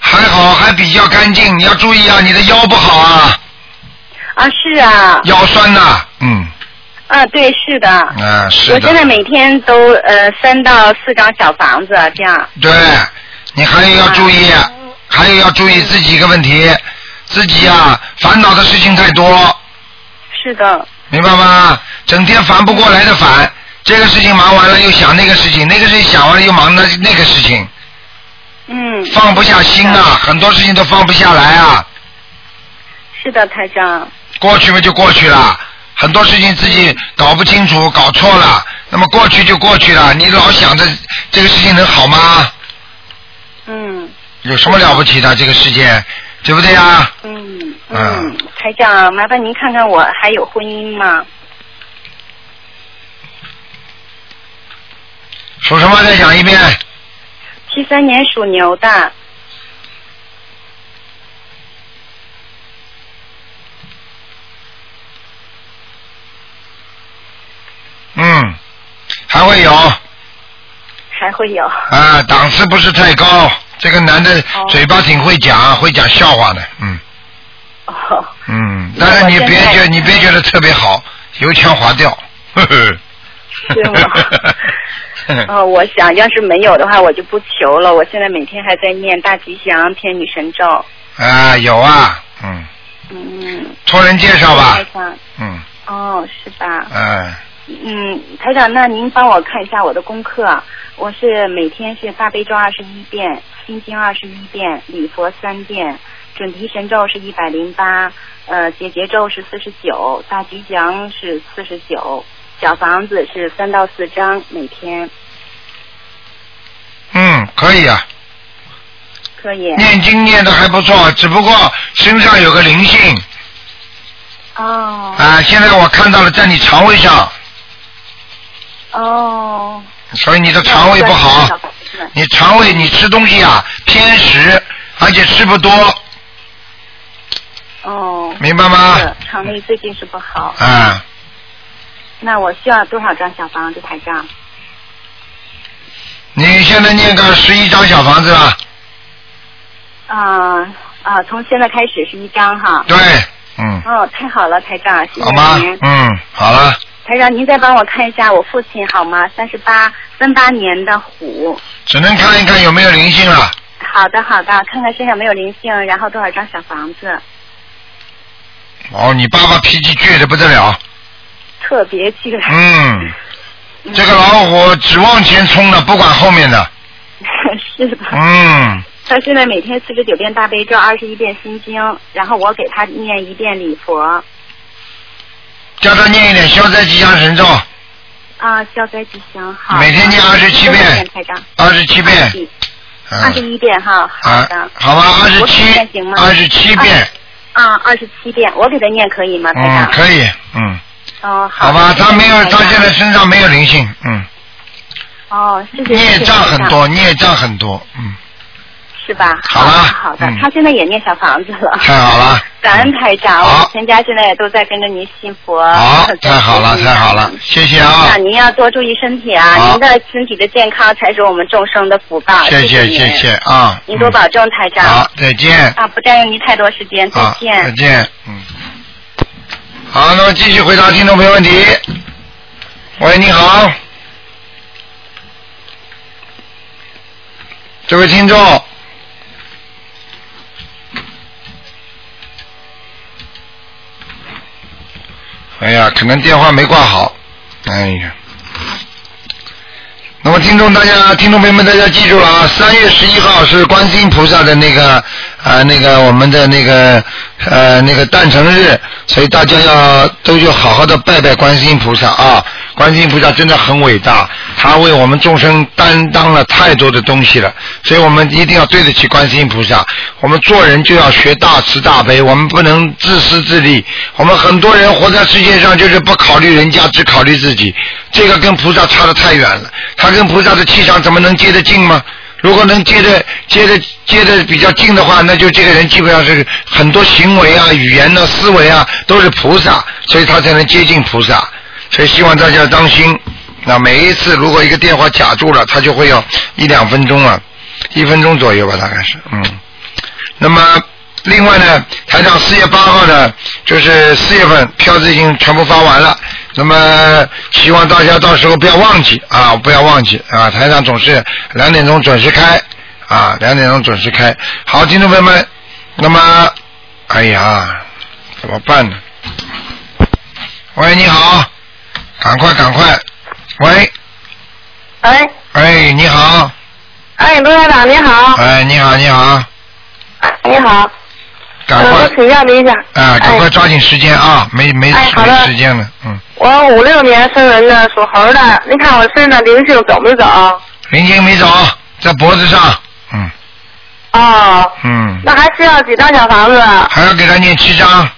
Speaker 1: 还好，还比较干净。你要注意啊，你的腰不好啊，
Speaker 10: 啊是啊，
Speaker 1: 腰酸呐、嗯，
Speaker 10: 啊对是的，
Speaker 1: 啊是
Speaker 10: 我
Speaker 1: 的
Speaker 10: 现，在每天都呃三到四张小房子这样。
Speaker 1: 对，你还有要注意，还有要注意自己一个问题，自己呀、烦恼的事情太多，
Speaker 10: 是的，
Speaker 1: 明白吗？整天烦不过来的烦，这个事情忙完了又想那个事情，那个事情想完了又忙那那个事情，
Speaker 10: 嗯，
Speaker 1: 放不下心啊，很多事情都放不下来啊。
Speaker 10: 是的，台长，
Speaker 1: 过去嘛就过去了，很多事情自己搞不清楚、搞错了，那么过去就过去了。你老想着这个事情能好吗？
Speaker 10: 嗯
Speaker 1: 有什么了不起的？这个世界，对不对呀？
Speaker 10: 嗯
Speaker 1: 嗯，
Speaker 10: 台长，麻烦您看看我还有婚姻吗？
Speaker 1: 属什么？再讲一遍。
Speaker 10: 七三年属牛的，
Speaker 1: 嗯，还会有
Speaker 10: 还会有。
Speaker 1: 啊，档次不是太高。这个男的嘴巴挺会讲，会讲笑话的，嗯
Speaker 10: 哦，
Speaker 1: 嗯。但是你
Speaker 10: 我现
Speaker 1: 别
Speaker 10: 在
Speaker 1: 觉，你别觉得特别好，油腔滑调，呵呵。
Speaker 10: 是吗哦，我想要是没有的话，我就不求了。我现在每天还在念大吉祥天女神咒。
Speaker 1: 啊，有啊，嗯，
Speaker 10: 嗯，
Speaker 1: 托人介绍吧
Speaker 10: 台，长，
Speaker 1: 嗯，
Speaker 10: 哦，是吧？
Speaker 1: 哎，
Speaker 10: 嗯，台长，那您帮我看一下我的功课。啊我是每天是大悲咒二十一遍，心经二十一遍，礼佛三遍，准提神咒是一百零八，呃，解结咒是四十九，大吉祥是四十九，小房子是三到四张每天，
Speaker 1: 嗯，可以啊，
Speaker 10: 可以。
Speaker 1: 念经念的还不错，只不过身上有个灵性
Speaker 10: 哦
Speaker 1: 啊，现在我看到了在你肠胃上，
Speaker 10: 哦，
Speaker 1: 所以你的肠胃不好，你肠胃你吃东西啊偏食，而且吃不多
Speaker 10: 哦，
Speaker 1: 明白吗
Speaker 10: 是肠胃最近是不好，
Speaker 1: 啊，
Speaker 10: 那我需要多少张小房子，台长？
Speaker 1: 你现在念个十一张小房子吧，
Speaker 10: 啊啊，从现在开始是一张哈。
Speaker 1: 对，嗯，
Speaker 10: 哦，太好了，台长，谢谢
Speaker 1: 好吗
Speaker 10: 您。？
Speaker 1: 嗯，好了，
Speaker 10: 台长，您再帮我看一下我父亲好吗？三十八，三八年的虎。
Speaker 1: 只能看一看有没有灵性了，
Speaker 10: 好的，好的，看看身上没有灵性，然后多少张小房子，
Speaker 1: 哦，你爸爸脾气倔的不得了，
Speaker 10: 特别记得。
Speaker 1: 嗯，这个老虎只往前冲了，不管后面的。
Speaker 10: 是的。
Speaker 1: 嗯，
Speaker 10: 他现在每天四十九遍大悲咒，二十一遍心经，然后我给他念一遍礼佛
Speaker 1: 叫他念一点消灾吉祥神咒，
Speaker 10: 啊，消灾吉祥好。
Speaker 1: 每天念27遍
Speaker 10: 多少台长。
Speaker 1: 27遍
Speaker 10: 二十
Speaker 1: 嗯，
Speaker 10: 一遍哈，好的。
Speaker 1: 啊好吧27
Speaker 10: 我给他念行吗？
Speaker 1: 二十七遍，
Speaker 10: 啊，二十七遍，我给他念可以吗，台
Speaker 1: 嗯，
Speaker 10: 长？
Speaker 1: 可以，嗯，
Speaker 10: 哦，
Speaker 1: 好吧，他没有，他现在身上没有灵
Speaker 10: 性。
Speaker 1: 性，嗯，
Speaker 10: 哦，谢谢。
Speaker 1: 孽障很多，
Speaker 10: 谢谢台长
Speaker 1: 孽障很多，嗯，
Speaker 10: 是吧？
Speaker 1: 好了
Speaker 10: 好的，
Speaker 1: 嗯
Speaker 10: 他现在也念小房子了。
Speaker 1: 太好了，
Speaker 10: 感恩台长，我们全家现在也都在跟着您信佛。
Speaker 1: 好，太好 了，太好了，谢谢啊
Speaker 10: 那，您要多注意身体啊！
Speaker 1: 好
Speaker 10: 您的身体的健康才是我们众生的福报。
Speaker 1: 谢
Speaker 10: 谢
Speaker 1: 谢
Speaker 10: 您
Speaker 1: 谢谢，啊，
Speaker 10: 您多
Speaker 1: 嗯
Speaker 10: 保重，台长。
Speaker 1: 好，再见，
Speaker 10: 啊，不占用您太多时间，再
Speaker 1: 好，
Speaker 10: 见。
Speaker 1: 再见，嗯。好，那么继续回答听众朋友问题。喂，你好，这位听众。哎呀，可能电话没挂好，哎呀。那么，听众大家，听众朋友们，大家记住了啊！三月十一号是观世音菩萨的那个啊、呃那个我们的那个呃那个诞辰日，所以大家要都就好好的拜拜观世音菩萨啊！观世音菩萨真的很伟大，他为我们众生担当了太多的东西了，所以我们一定要对得起观世音菩萨。我们做人就要学大慈大悲，我们不能自私自利。我们很多人活在世界上就是不考虑人家，只考虑自己，这个跟菩萨差得太远了。他跟菩萨的气场怎么能接得近吗？如果能接得接得接得比较近的话，那就这个人基本上是很多行为啊、语言呢、思维啊都是菩萨，所以他才能接近菩萨。所以希望大家当心。那每一次如果一个电话卡住了，他就会有一两分钟啊，一分钟左右吧，大概是嗯。那么另外呢，台长四月八号呢，就是四月份票子已经全部发完了。那么希望大家到时候不要忘记啊，不要忘记啊，台长总是两点钟准时开啊，两点钟准时开。好，听众朋友们，那么哎呀，怎么办呢？喂，你好，赶快赶快，喂，
Speaker 6: 哎
Speaker 1: 哎，你好，
Speaker 6: 哎，卢台长你好，
Speaker 1: 哎，你好，你好，
Speaker 6: 你好，
Speaker 1: 赶
Speaker 6: 呃
Speaker 1: 快
Speaker 6: 我请教您一下，
Speaker 1: 啊，赶快抓紧时间啊，没没
Speaker 6: 哎好的
Speaker 1: 没时间了，嗯，
Speaker 6: 我五六年生人的，属猴的，您看我身上灵性走没走？
Speaker 1: 林静没走，在脖子上，
Speaker 6: 哦，
Speaker 1: 嗯，
Speaker 6: 那还需要几张小房子？啊
Speaker 1: 还要给他念七章，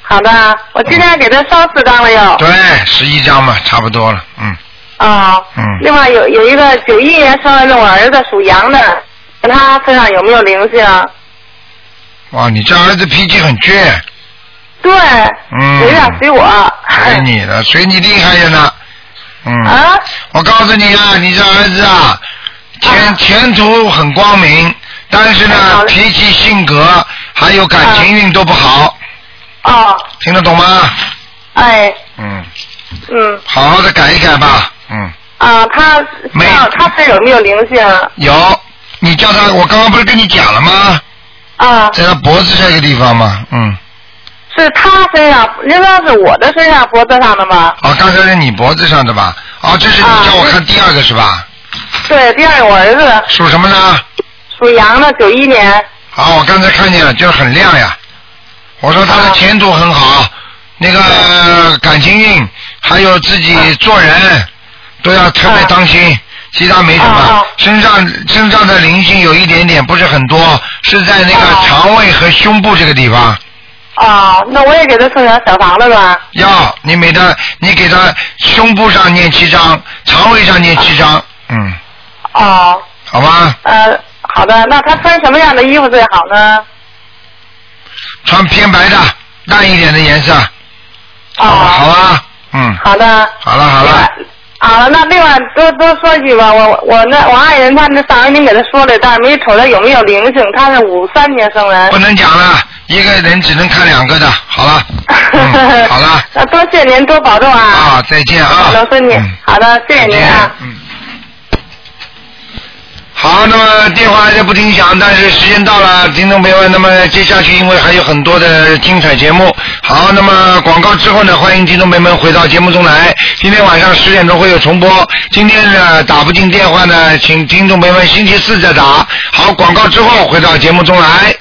Speaker 6: 好的，我今天给他烧四张了又。
Speaker 1: 对，十一章嘛，差不多了，嗯，
Speaker 6: 哦，
Speaker 1: 嗯
Speaker 6: 另外有有一个九一年生人的我儿子属羊的，他身上有没有灵性？
Speaker 1: 哇，你这儿子脾气很倔，
Speaker 6: 对，
Speaker 1: 嗯，
Speaker 6: 有点随我。
Speaker 1: 随你了，随你厉害着呢。嗯。
Speaker 6: 啊。
Speaker 1: 我告诉你啊，你这儿子啊，前前途很光明，但是
Speaker 6: 哎
Speaker 1: 呢，脾气、性格还有感情运都不好。
Speaker 6: 哦。
Speaker 1: 听得懂吗？
Speaker 6: 哎，
Speaker 1: 嗯，
Speaker 6: 嗯，
Speaker 1: 好好的改一改吧。嗯，
Speaker 6: 啊，他没他身上有没有灵性？
Speaker 1: 有，你叫他，我刚刚不是跟你讲了吗？
Speaker 6: 啊，
Speaker 1: 在他脖子这个地方嘛，嗯，
Speaker 6: 是他身上，您说是我的身上脖子上的吗？
Speaker 1: 哦，刚才是你脖子上的吧？哦，这是你叫我看第二个是吧？
Speaker 6: 对，第二个我儿子
Speaker 1: 属什么呢？
Speaker 6: 属羊的，九一年。
Speaker 1: 好，我刚才看见了，就是很亮呀。我说他的前途很好，那个呃感情运，还有自己做人，都要特别当心。其他没什么，身上身上的灵性有一点点，不是很多，是在那个肠胃和胸部这个地方。
Speaker 6: 哦，那我也给他送点小房子吧。
Speaker 1: 要你给他，你给他胸部上念七章，肠胃上念七章，嗯，
Speaker 6: 哦，
Speaker 1: 好吗？
Speaker 6: 呃，好的，那他穿什么样的衣服最好呢？
Speaker 1: 穿偏白的，淡一点的颜色，
Speaker 6: 哦，好
Speaker 1: 啊，嗯，
Speaker 6: 好的，
Speaker 1: 好了好了，
Speaker 6: 啊，那另外多多说一句吧，我我那我爱人他那上回您给他说的，但是没瞅他有没有灵性，他是五三年生人。
Speaker 1: 不能讲了，一个人只能看两个的，好了，嗯好了，
Speaker 6: 那多谢您，多保重啊！
Speaker 1: 啊，再见啊。
Speaker 6: 好的，孙女，好的，谢谢您啊。
Speaker 1: 好，那么电话还在不停响，但是时间到了，听众朋友们，那么接下去因为还有很多的精彩节目，好，那么广告之后呢，欢迎听众朋友们回到节目中来。今天晚上十点钟会有重播，今天呢打不进电话呢，请听众朋友们星期四再打。好，广告之后回到节目中来。